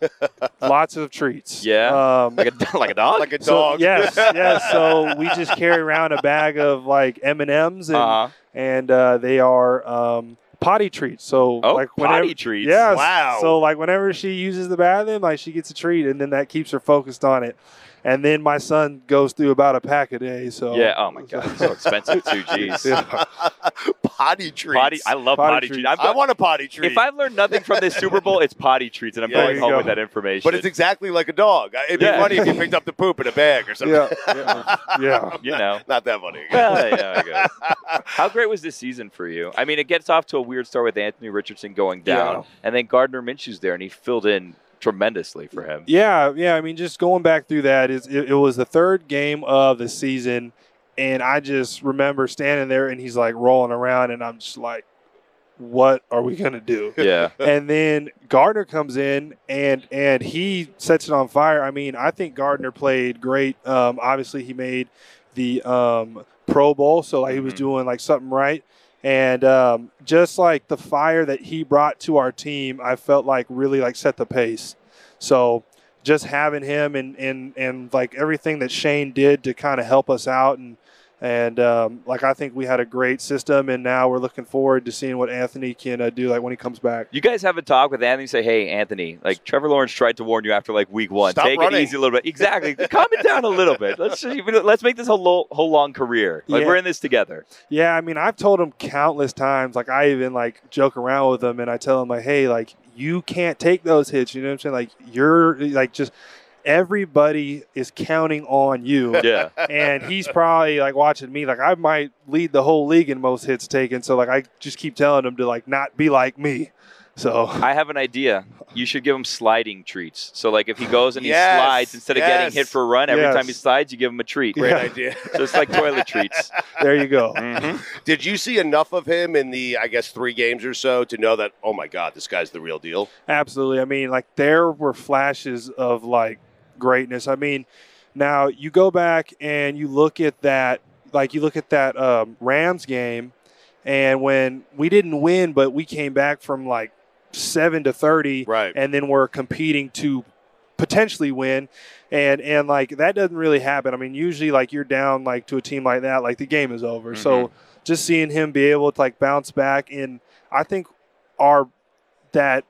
Speaker 13: lots of treats.
Speaker 5: Yeah.
Speaker 13: Um,
Speaker 5: like, a, like a dog? Like
Speaker 13: so- yes, yes. So we just carry around a bag of like M and M's,
Speaker 5: Uh-huh.
Speaker 13: and and uh, they are um, potty treats. So
Speaker 5: Oh,
Speaker 13: like
Speaker 5: potty
Speaker 13: whenever,
Speaker 5: treats.
Speaker 13: Yes.
Speaker 5: Wow.
Speaker 13: So like whenever she uses the bathroom, like she gets a treat, and then that keeps her focused on it. And then my son goes through about a pack a day. So
Speaker 5: Yeah. Oh my god, it's so expensive too. Jeez.
Speaker 13: Yeah.
Speaker 4: potty treats?
Speaker 5: Potty, I love potty,
Speaker 13: Potty
Speaker 5: treats.
Speaker 13: treats.
Speaker 5: I'm
Speaker 4: I want a potty treat.
Speaker 5: If I've learned nothing from this Super Bowl, it's potty treats, and I'm
Speaker 4: Yeah, there
Speaker 5: going
Speaker 4: you
Speaker 5: home
Speaker 4: go.
Speaker 5: with that information.
Speaker 4: But it's exactly like a dog. It'd be
Speaker 5: Yeah.
Speaker 4: funny if you picked up the poop in a bag or something.
Speaker 5: Yeah,
Speaker 13: yeah, yeah.
Speaker 5: you know.
Speaker 4: Not that funny.
Speaker 5: Well, you know, I guess. How great was this season for you? I mean, it gets off to a weird start with Anthony Richardson going down,
Speaker 13: Yeah.
Speaker 5: and then Gardner Minshew's there, and he filled in tremendously for him.
Speaker 13: Yeah, yeah. I mean, just going back through that, is it, it was the third game of the season, and I just remember standing there, and he's like rolling around, and I'm just like, what are we going to do?
Speaker 8: Yeah.
Speaker 13: and then Gardner comes in and and he sets it on fire. I mean, I think Gardner played great. Um, obviously, he made the um, Pro Bowl, so like he was doing like something right. And um, just like the fire that he brought to our team, I felt like really like set the pace. So just having him and and and like everything that Shane did to kind of help us out and and um, like I think we had a great system, and now we're looking forward to seeing what Anthony can uh, do like when he comes back.
Speaker 5: You guys have a talk with Anthony. Say, hey, Anthony, like Trevor Lawrence tried to warn you after like week one.
Speaker 4: Stop
Speaker 5: Take
Speaker 4: running."
Speaker 5: it easy a little bit. Exactly. Calm it down a little bit. Let's just, let's make this a lo- whole long career. Like
Speaker 13: Yeah.
Speaker 5: we're in this together.
Speaker 13: Yeah, I mean, I've told him countless times. Like I even like joke around with him, and I tell him like, "Hey, like you can't take those hits." You know what I'm saying? Like you're like just everybody is counting on you.
Speaker 14: Yeah.
Speaker 13: and he's probably like watching me. Like I might lead the whole league in most hits taken. So like I just keep telling him to like not be like
Speaker 4: Oh.
Speaker 13: me. So
Speaker 5: I have an idea. You should give him sliding treats. So like if he goes and he
Speaker 4: Yes,
Speaker 5: slides instead of
Speaker 4: yes,
Speaker 5: getting hit for a run, every
Speaker 4: yes.
Speaker 5: time he slides, you give him a treat.
Speaker 4: Great Yeah. idea.
Speaker 5: So it's like toilet treats. Mm-hmm.
Speaker 13: there you go.
Speaker 4: Did you see enough of him in the, I guess, three games or so to know that, oh my God, this guy's the real deal?
Speaker 13: Absolutely. I mean, like there were flashes of like greatness. I mean, now you go back and you look at that, like you look at that um, Rams game, and when we didn't win, but we came back from like seven to thirty, right? And then we're competing to potentially win and and like that doesn't really happen i mean usually like you're down like to a team like that like the game is over so just seeing him be able to like bounce back and i think our that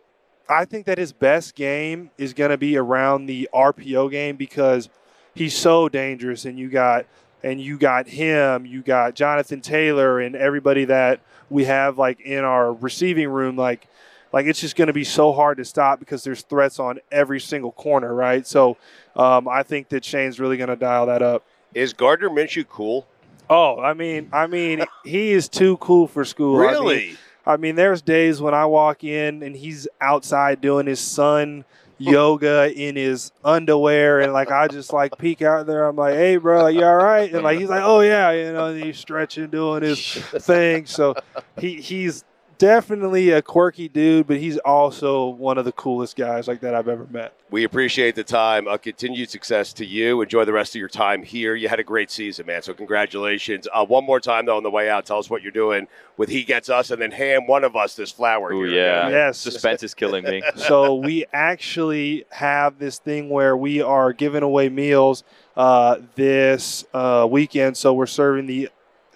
Speaker 13: i think that his best game is going to be around the rpo game because he's so dangerous and you got and you got him you got jonathan taylor and everybody that we have like in our receiving room like like it's just going to be so hard to stop because there's threats on every single corner, right? So um, I think that Shane's really going to dial that up.
Speaker 4: Is Gardner Minshew cool?
Speaker 13: Oh, I mean, I mean, he is too cool for school. I mean-
Speaker 4: Really?
Speaker 13: I mean, there's days when I walk in and he's outside doing his sun yoga in his underwear, and like I just like peek out there. I'm like, "Hey, bro, like, you all right?" And like he's like, "Oh yeah," you know, and he's stretching, doing his thing. So he he's definitely a quirky dude, but he's also one of the coolest guys like that I've ever met.
Speaker 4: We appreciate the time. Uh, continued success to you. Enjoy the rest of your time here. You had a great season, man. So congratulations. Uh, one more time though, on the way out, tell us what you're doing with He Gets Us, and then ham one of us this flower.
Speaker 5: Ooh,
Speaker 4: here,
Speaker 5: yeah.
Speaker 4: man.
Speaker 13: Yes.
Speaker 5: Suspense is killing me.
Speaker 13: so we actually have this thing where we are giving away meals uh, this uh, weekend. So we're serving the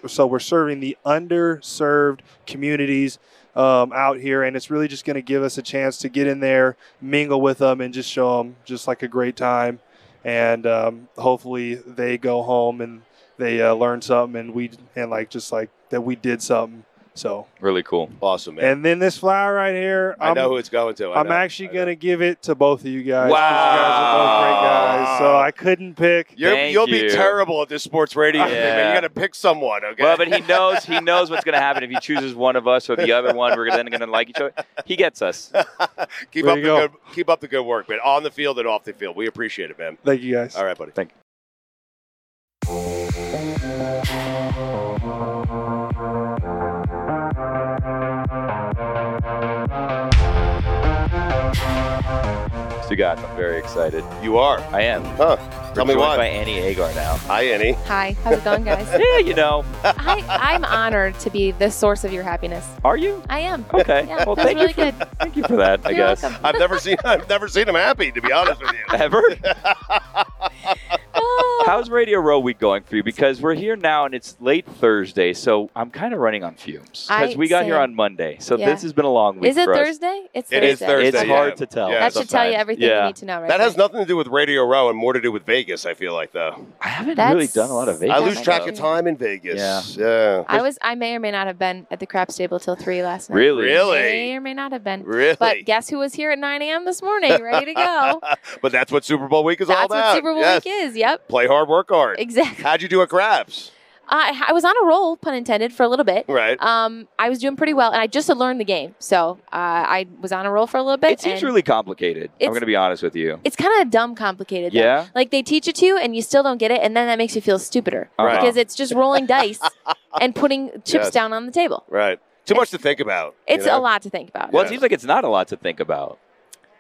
Speaker 13: so we're serving the underserved communities um, out here, and it's really just going to give us a chance to get in there, mingle with them, and just show them just like a great time. And um, hopefully they go home and they uh, learn something, and we and like just like that we did something. So
Speaker 5: Really cool.
Speaker 4: Awesome, man.
Speaker 13: and then this flower right here,
Speaker 4: I
Speaker 13: I'm-
Speaker 4: know who it's going to. I
Speaker 13: I'm
Speaker 4: know.
Speaker 13: actually going to give it to both of you guys. 'cause You guys are both great
Speaker 4: Wow.
Speaker 13: guys. So I couldn't pick.
Speaker 4: You're, you'll be terrible at this sports radio thing, man.
Speaker 5: Yeah.
Speaker 4: You got to pick someone, okay?
Speaker 5: Well, but he knows he knows what's going to happen if he chooses one of us or the other one. We're then going to like each other. He gets us.
Speaker 4: keep
Speaker 5: There
Speaker 4: up the
Speaker 5: you go.
Speaker 4: good, keep up the good work, man. On the field and off the field, we appreciate it, man.
Speaker 13: Thank you guys.
Speaker 4: All right, buddy.
Speaker 5: Thank So, God, I'm very excited.
Speaker 4: You are.
Speaker 5: I am.
Speaker 4: Huh? Tell me why.
Speaker 5: By Annie Agar now.
Speaker 4: Hi, Annie.
Speaker 1: Hi, how's it going, guys?
Speaker 5: yeah, you know.
Speaker 1: I, I'm honored to be the source of your happiness.
Speaker 5: Are you?
Speaker 1: I am.
Speaker 5: Okay.
Speaker 1: Yeah,
Speaker 5: Well,
Speaker 1: that's
Speaker 5: thank you
Speaker 1: really
Speaker 5: for-
Speaker 1: good.
Speaker 5: Thank you for that. I
Speaker 1: You're
Speaker 5: guess.
Speaker 1: welcome.
Speaker 4: I've never seen I've never seen him happy, to be honest with you.
Speaker 5: Ever? How's Radio Row Week going for you? Because we're here now and it's late Thursday, so I'm kind of running on fumes because
Speaker 1: I-
Speaker 5: we got here
Speaker 1: same.
Speaker 5: on Monday. So
Speaker 1: Yeah.
Speaker 5: this has been a long week.
Speaker 1: Is it
Speaker 5: for us.
Speaker 1: Thursday? It's
Speaker 5: It is
Speaker 1: Thursday.
Speaker 5: Thursday, It's hard yeah. to tell
Speaker 1: That should tell you
Speaker 5: sometimes.
Speaker 1: everything
Speaker 5: Yeah.
Speaker 1: you need to know, right?
Speaker 4: That has
Speaker 1: there.
Speaker 4: nothing to do with Radio Row and more to do with Vegas. I feel like though.
Speaker 5: I haven't
Speaker 1: That's-
Speaker 5: really done a lot of Vegas.
Speaker 4: I lose
Speaker 1: Yeah,
Speaker 4: track
Speaker 1: maybe.
Speaker 4: of time in Vegas. Yeah.
Speaker 1: I was. I may or may not have been at the craps table till three last night.
Speaker 4: Really? Really?
Speaker 1: May or may not have been.
Speaker 4: Really?
Speaker 1: But guess who was here at 9 a.m. this morning, ready to go?
Speaker 4: but that's what Super Bowl week is all
Speaker 1: That's
Speaker 4: about.
Speaker 1: what Super Bowl
Speaker 4: Yes.
Speaker 1: week is. Yep.
Speaker 4: Play hard, work hard.
Speaker 1: Exactly.
Speaker 4: How'd you do at Craps?
Speaker 1: I, I was on a roll, pun intended, for a little bit.
Speaker 4: Right.
Speaker 1: Um, I was doing pretty well, and I just had learned the game, so uh, I was on a roll for a little bit.
Speaker 5: It seems
Speaker 1: and
Speaker 5: really complicated. I'm
Speaker 1: It's-
Speaker 5: going to be honest with you.
Speaker 1: It's kind of dumb, complicated. though.
Speaker 5: Yeah?
Speaker 1: Like they teach it to you, and you still don't get it, and then that makes you feel stupider
Speaker 5: Right.
Speaker 1: because it's just rolling dice and putting chips
Speaker 4: Yes.
Speaker 1: down on the table.
Speaker 4: Right. Too much to think about. you
Speaker 1: It's
Speaker 4: know?
Speaker 1: a lot to think about.
Speaker 5: Well, it seems like it's not a lot to think about.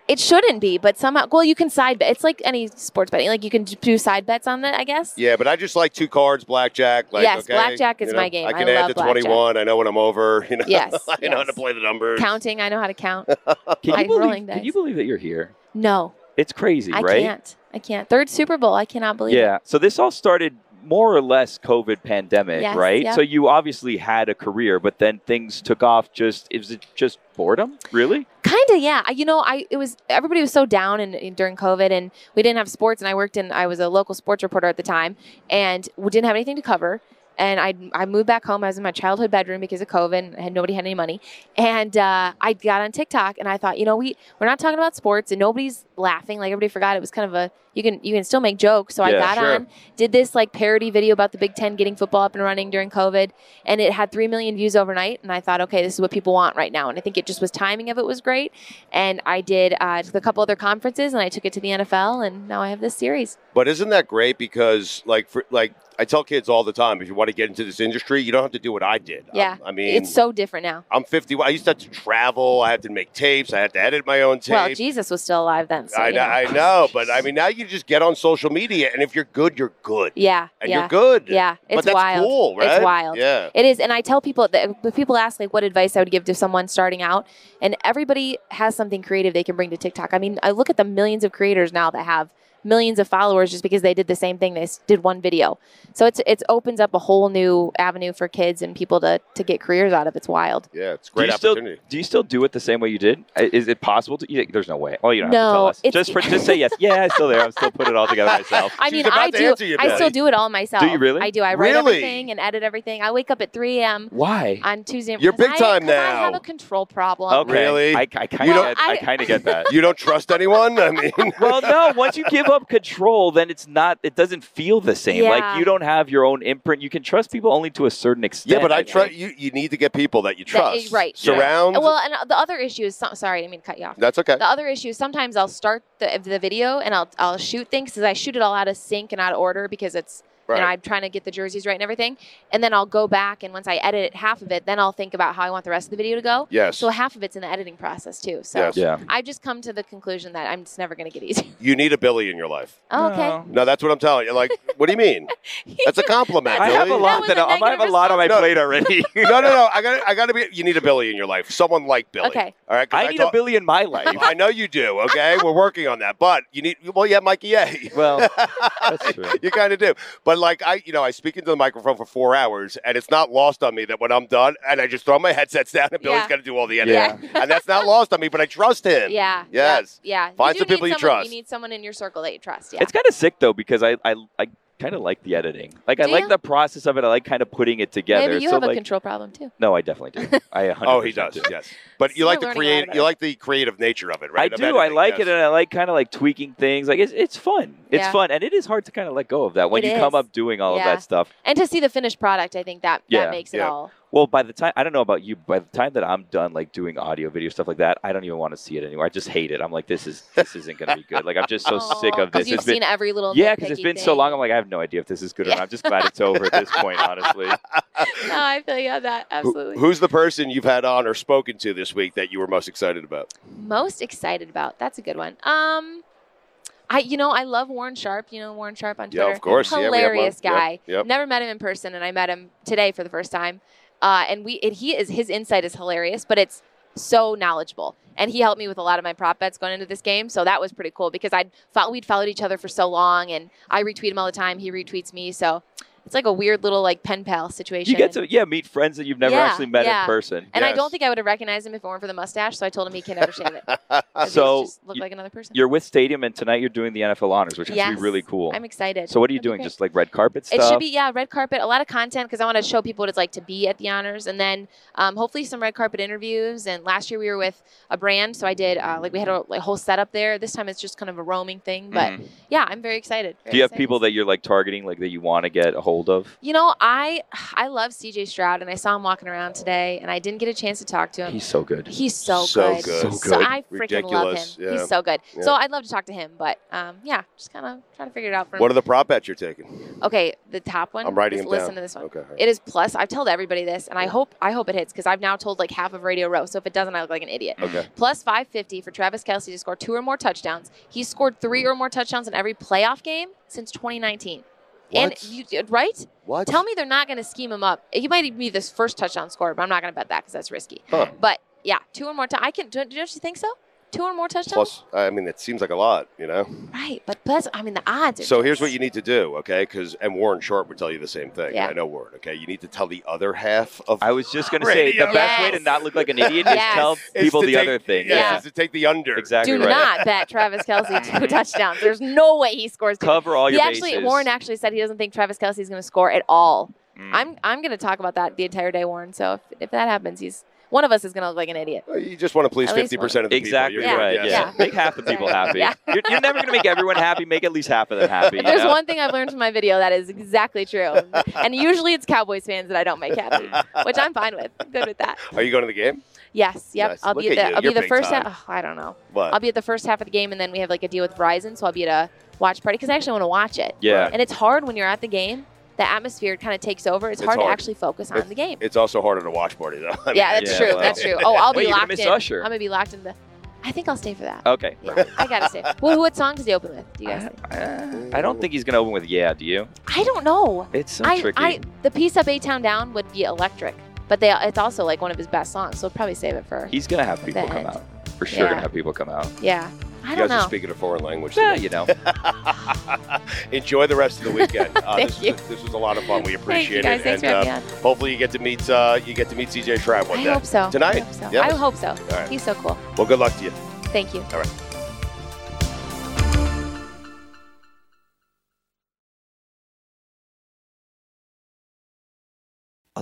Speaker 1: It shouldn't be, but somehow, well, you can side bet. It's like any sports betting. Like you can do side bets on it, I guess.
Speaker 4: Yeah, but I just like two cards, blackjack. Like,
Speaker 1: Yes,
Speaker 4: okay,
Speaker 1: blackjack is
Speaker 4: you know,
Speaker 1: my game.
Speaker 4: I
Speaker 1: I
Speaker 4: can
Speaker 1: love
Speaker 4: add to
Speaker 1: blackjack.
Speaker 4: 21. I know when I'm over. You know,
Speaker 1: Yes,
Speaker 4: I know how to play the numbers.
Speaker 1: Counting, I know how to count.
Speaker 5: Can you,
Speaker 1: I'm
Speaker 5: believe,
Speaker 1: rolling
Speaker 5: can
Speaker 1: dice.
Speaker 5: you believe that you're here?
Speaker 1: No,
Speaker 5: It's crazy,
Speaker 1: I
Speaker 5: right?
Speaker 1: can't. I can't. Third Super Bowl, I cannot believe.
Speaker 5: Yeah.
Speaker 1: It.
Speaker 5: So this all started more or less COVID pandemic,
Speaker 1: Yes,
Speaker 5: right?
Speaker 1: yep.
Speaker 5: So you obviously had a career, but then things took off. Just is it just boredom? Really?
Speaker 1: Kind of, yeah. I- You know, I it was everybody was so down and, and during COVID, and we didn't have sports. And I worked in I was a local sports reporter at the time, and we didn't have anything to cover. And I I moved back home. I was in my childhood bedroom because of COVID, and I had nobody had any money. And uh, I got on TikTok, and I thought, you know, we we're not talking about sports, and nobody's laughing. Like everybody forgot it was kind of a you can you can still make jokes. So I
Speaker 3: Yeah,
Speaker 1: got
Speaker 3: sure.
Speaker 1: on, did this like parody video about the Big Ten getting football up and running during COVID, and it had three million views overnight. And I thought, okay, this is what people want right now. And I think it just was timing of it was great. And I did uh, took a couple other conferences, and I took it to the NFL, and now I have this series.
Speaker 4: But isn't that great? Because like for like I tell kids all the time, if you want to get into this industry, you don't have to do what I did.
Speaker 1: Yeah,
Speaker 4: Um, I mean-
Speaker 1: it's so different now.
Speaker 4: I'm 50. I used to have to travel. I had to make tapes. I had to edit my own tapes.
Speaker 1: Well, Jesus was still alive then. So,
Speaker 4: I,
Speaker 1: you
Speaker 4: know, I know, but I mean, now you just get on social media, and if you're good, you're good.
Speaker 1: Yeah,
Speaker 4: and
Speaker 1: yeah.
Speaker 4: you're good.
Speaker 1: Yeah,
Speaker 4: But
Speaker 1: it's
Speaker 4: that's
Speaker 1: wild.
Speaker 4: cool, right?
Speaker 1: It's wild.
Speaker 4: Yeah.
Speaker 1: it is. And I tell people that when people ask like what advice I would give to someone starting out, and everybody has something creative they can bring to TikTok. I mean, I look at the millions of creators now that have millions of followers just because they did the same thing. They s- did one video, so it's it opens up a whole new avenue for kids and people to to get careers out of. It's wild.
Speaker 4: Yeah, it's
Speaker 5: great do you opportunity. Still, do you still do it the same way you did? I- Is it possible to? You, there's no way. Oh, you don't have to tell
Speaker 1: No,
Speaker 5: us.
Speaker 1: it's-
Speaker 5: Just, for, just say yes. Yeah, I'm still there. I'm still putting it all together myself.
Speaker 1: I mean, I do. I still do it all myself.
Speaker 5: Do you really?
Speaker 1: I do. I write
Speaker 5: Really?
Speaker 1: everything and edit everything. I wake up at 3 a.m.
Speaker 5: Why?
Speaker 1: on Tuesday.
Speaker 4: You're
Speaker 1: 'cause
Speaker 4: big
Speaker 1: I-
Speaker 4: time
Speaker 1: 'cause I
Speaker 4: now.
Speaker 1: have a control problem.
Speaker 5: Okay.
Speaker 4: Really?
Speaker 5: I, I kind of
Speaker 4: don't-
Speaker 5: get, I kind of get that.
Speaker 4: You don't trust anyone. I mean,
Speaker 5: well, no. Once you give up control, then it's not. It doesn't feel the same.
Speaker 1: Yeah.
Speaker 5: Like you don't have your own imprint. You can trust people only to a certain extent.
Speaker 4: Yeah, but I
Speaker 5: trust
Speaker 4: you. You need to get people that you
Speaker 1: That is right.
Speaker 4: Surround.
Speaker 1: Well, and uh, the other issue is, so- sorry, I didn't mean to cut you off.
Speaker 4: That's okay.
Speaker 1: The other issue is sometimes I'll start the, the video and I'll, I'll shoot things because I shoot it all out of sync and out of order because it's, you know,
Speaker 3: Right.
Speaker 1: I'm trying to get the jerseys right and everything. And then I'll go back and once I edit it, half of it, then I'll think about how I want the rest of the video to go.
Speaker 4: Yes.
Speaker 1: So half of it's in the editing process too. So
Speaker 4: Yes. Yeah.
Speaker 1: I've just come to the conclusion that I'm just never going to get easier.
Speaker 4: you need a Billy in your life.
Speaker 1: Oh, okay. No.
Speaker 4: No, that's what I'm telling you. Like, what do you mean? That's a compliment.
Speaker 5: I have
Speaker 4: Billy.
Speaker 5: a lot that, I have a lot on my plate already.
Speaker 4: no, no, no. I got. to I got to be. You need a Billy in your life. Someone like Billy.
Speaker 1: Okay.
Speaker 4: All right. 'cause
Speaker 5: I need a
Speaker 4: talk-
Speaker 5: Billy in my life.
Speaker 4: I know you do. Okay, we're working on that. But you need. Well, yeah, Mikey. A.
Speaker 5: Well,
Speaker 4: you kind of do. But like I, you know, I speak into the microphone for four hours, and it's not lost on me that when I'm done, and I just throw my headsets down, and Billy's
Speaker 1: Yeah.
Speaker 4: got to do all the editing,
Speaker 1: Yeah.
Speaker 4: and that's not lost on me. But I trust him.
Speaker 1: Yeah.
Speaker 4: Yes.
Speaker 1: Yeah. You
Speaker 4: Find
Speaker 1: do
Speaker 4: some people
Speaker 1: need
Speaker 4: you
Speaker 1: someone-
Speaker 4: trust.
Speaker 1: You need someone in your circle that you trust. Yeah.
Speaker 5: It's kind of sick though because I I, I kind of like the editing. Like I
Speaker 1: Do
Speaker 5: like
Speaker 1: you?
Speaker 5: the process of it. I like kind of putting it together.
Speaker 1: Maybe you
Speaker 5: so
Speaker 1: have a
Speaker 5: like,
Speaker 1: control problem too.
Speaker 5: No, I definitely do. I 100%
Speaker 4: Oh, he does,
Speaker 5: Do.
Speaker 4: yes. But you like the
Speaker 1: learning a lot
Speaker 4: create.
Speaker 1: about
Speaker 4: You
Speaker 1: it.
Speaker 4: like the creative nature of it, right?
Speaker 5: I
Speaker 4: Of
Speaker 5: do. I
Speaker 4: editing,
Speaker 5: like
Speaker 4: yes.
Speaker 5: it, and I like kind of like tweaking things. Like it's it's fun. It's
Speaker 1: Yeah.
Speaker 5: fun, and it is hard to kind of let go of that when
Speaker 1: It
Speaker 5: you come
Speaker 1: is.
Speaker 5: up doing all of
Speaker 1: Yeah.
Speaker 5: that stuff.
Speaker 1: And to see the finished product, I think that that makes it all.
Speaker 5: Well, by the time I don't know about you, by the time that I'm done like doing audio, video stuff like that, I don't even want to see it anymore. I just hate it. I'm like, this is this isn't going to be good. Like I'm just so sick of
Speaker 1: 'cause
Speaker 5: this.
Speaker 1: Oh, you've
Speaker 5: It's been-
Speaker 1: seen every little
Speaker 5: yeah, because it's
Speaker 1: nitpicky
Speaker 5: been so
Speaker 1: thing.
Speaker 5: long. I'm like, I have no idea if this is good or
Speaker 1: Yeah.
Speaker 5: not. I'm just glad it's over at this point, honestly.
Speaker 1: No, I feel you on that. Absolutely.
Speaker 4: Who's the person you've had on or spoken to this week that you were most excited about?
Speaker 1: Most excited about? That's a good one. Um, I you know I love Warren Sharp. You know Warren Sharp on
Speaker 4: Yeah,
Speaker 1: Twitter.
Speaker 4: of course. Yeah, we have one.
Speaker 1: Hilarious
Speaker 4: Yep,
Speaker 1: guy.
Speaker 4: yep.
Speaker 1: Never met him in person, and I met him today for the first time. Uh, and we and he is his insight is hilarious, but it's so knowledgeable. And he helped me with a lot of my prop bets going into this game, so that was pretty cool because I'd fo- we'd followed each other for so long, and I retweet him all the time. He retweets me, so it's like a weird little like pen pal situation.
Speaker 5: You get
Speaker 1: And-
Speaker 5: to yeah meet friends that you've never
Speaker 1: Yeah,
Speaker 5: actually met
Speaker 1: yeah.
Speaker 5: in person.
Speaker 1: And I don't think I would have recognized him if it weren't for the mustache, so I told him he can never shave it. 'Cause he
Speaker 5: so
Speaker 1: just looked
Speaker 5: y-
Speaker 1: like another person.
Speaker 5: You're with Stadium, and tonight you're doing the NFL honors, which is
Speaker 1: Yes.
Speaker 5: gonna be really cool.
Speaker 1: I'm excited.
Speaker 5: So what are you
Speaker 1: That'd be
Speaker 5: doing?
Speaker 1: great.
Speaker 5: Just like red carpet stuff.
Speaker 1: It should be yeah, red carpet, a lot of content because I want to show people what it's like to be at the honors, and then um, hopefully some red carpet interviews. And last year we were with a brand, so I did uh, like we had a like, whole setup there. This time it's just kind of a roaming thing, but
Speaker 5: Mhm.
Speaker 1: yeah, I'm very excited.
Speaker 5: Do
Speaker 1: very
Speaker 5: you have
Speaker 1: excited.
Speaker 5: people that you're like targeting, like that you want to get a hold of?
Speaker 1: You know, I I love CJ Stroud, and I saw him walking around today, and I didn't get a chance to talk to him.
Speaker 5: He's so good.
Speaker 1: He's so,
Speaker 5: So
Speaker 1: good.
Speaker 5: good. So
Speaker 1: So
Speaker 5: good.
Speaker 1: I freaking
Speaker 9: ridiculous.
Speaker 1: Love him.
Speaker 9: Yeah.
Speaker 1: He's so good.
Speaker 9: Yeah.
Speaker 1: So I'd love to talk to him, but um, yeah, just kind of trying to figure it out. For
Speaker 9: What are the prop bets you're taking?
Speaker 1: Okay, the top one.
Speaker 9: I'm writing
Speaker 1: Just
Speaker 9: them
Speaker 1: Listen
Speaker 9: down.
Speaker 1: to this one.
Speaker 9: Okay, all right.
Speaker 1: It is plus. I've told everybody this, and I hope I hope it hits because I've now told like half of Radio Row. So if it doesn't, I look like an idiot.
Speaker 9: Okay.
Speaker 1: Plus 550 for Travis Kelsey to score two or more touchdowns. He's scored three or more touchdowns in every playoff game since 2019. And
Speaker 9: What?
Speaker 1: you uh, right?
Speaker 9: What?
Speaker 1: Tell me they're not going to scheme him up. He might be this first touchdown scorer, but I'm not going to bet that because that's risky.
Speaker 9: Huh.
Speaker 1: But yeah, two or more. T- I can. Don't don't you think so? Two or more
Speaker 9: Plus,
Speaker 1: touchdowns.
Speaker 9: I mean, it seems like a lot, you know.
Speaker 1: Right, but plus, I mean, the odds. Are
Speaker 9: So here's what you need to do, okay? Because and Warren Short would tell you the same thing.
Speaker 1: Yeah.
Speaker 9: I know Warren. Okay, you need to tell the other half of.
Speaker 5: I was just gonna say, the best way to not look like an idiot is Yes. tell people the other thing.
Speaker 9: Yeah,
Speaker 5: Yeah.
Speaker 9: is to take the under.
Speaker 5: Exactly
Speaker 1: Do
Speaker 5: right.
Speaker 1: not bet Travis Kelsey two touchdowns. There's no way he scores. Two.
Speaker 5: Cover all
Speaker 1: he
Speaker 5: your
Speaker 1: actually,
Speaker 5: bases.
Speaker 1: Warren actually said he doesn't think Travis Kelsey is going to score at all.
Speaker 5: Mm.
Speaker 1: I'm I'm going to talk about that the entire day, Warren. So if, if that happens, he's one of us is going to look like an idiot.
Speaker 9: You just want to please
Speaker 1: At least
Speaker 9: fifty percent of the
Speaker 5: exactly
Speaker 9: people. You're
Speaker 5: right.
Speaker 9: good,
Speaker 5: Yeah.
Speaker 9: yes.
Speaker 5: make half the people happy.
Speaker 1: Yeah.
Speaker 5: You're, you're never gonna make everyone happy. Make at least half of them happy. you
Speaker 1: If There's
Speaker 5: know?
Speaker 1: one thing I've learned from my video that is exactly true, and usually it's Cowboys fans that I don't make happy, which I'm fine with. I'm good with that.
Speaker 9: Are you going to the game?
Speaker 1: Yes, yep.
Speaker 9: Nice.
Speaker 1: I'll be
Speaker 9: Look
Speaker 1: at
Speaker 9: at
Speaker 1: the
Speaker 9: you.
Speaker 1: I'll
Speaker 9: You're
Speaker 1: be the
Speaker 9: big
Speaker 1: first.
Speaker 9: time.
Speaker 1: Half, oh, I don't know.
Speaker 9: What?
Speaker 1: I'll be at the first half of the game, and then we have like a deal with Verizon, so I'll be at a watch party because I actually want to watch it.
Speaker 9: Yeah.
Speaker 1: And it's hard when you're at the game. The atmosphere kind of takes over. It's,
Speaker 9: It's
Speaker 1: hard, to
Speaker 9: hard.
Speaker 1: actually focus on
Speaker 9: It's-
Speaker 1: the game.
Speaker 9: It's also harder to watch party though. I mean,
Speaker 1: yeah, that's true. That's true. Oh, I'll be
Speaker 5: Wait, you're gonna
Speaker 1: locked
Speaker 5: miss
Speaker 1: in.
Speaker 5: Usher.
Speaker 1: I'm gonna be locked in the. I think I'll stay for that.
Speaker 5: Okay.
Speaker 1: I gotta stay. Well, what song does he open with? Do you guys? think?
Speaker 5: I don't think he's gonna open with yeah. Do you?
Speaker 1: I don't know.
Speaker 5: It's so
Speaker 1: I,
Speaker 5: tricky.
Speaker 1: I the piece of A Town Down would be electric, but they it's also like one of his best songs, so we'll probably save it for.
Speaker 5: He's gonna have people
Speaker 1: the
Speaker 5: come
Speaker 1: end.
Speaker 5: out for sure.
Speaker 1: Yeah.
Speaker 5: Gonna have people come out.
Speaker 1: Yeah. I
Speaker 9: you
Speaker 1: don't
Speaker 9: guys
Speaker 1: know.
Speaker 9: are speaking a foreign language.
Speaker 5: Yeah,
Speaker 9: today.
Speaker 5: you know.
Speaker 9: Enjoy the rest of the weekend. Uh,
Speaker 1: Thank
Speaker 9: this,
Speaker 1: you.
Speaker 9: Was a, this was a lot of fun. We appreciate
Speaker 1: guys.
Speaker 9: it.
Speaker 1: Thanks
Speaker 9: and
Speaker 1: for having
Speaker 9: uh,
Speaker 1: me
Speaker 9: hopefully you get to meet uh, you get to meet CJ Tribe one
Speaker 1: I
Speaker 9: day.
Speaker 1: hope so.
Speaker 9: Tonight.
Speaker 1: I hope so.
Speaker 9: Yeah.
Speaker 1: I hope so.
Speaker 9: All right.
Speaker 1: He's so cool.
Speaker 9: Well, good luck to you.
Speaker 1: Thank you.
Speaker 9: All right.
Speaker 10: A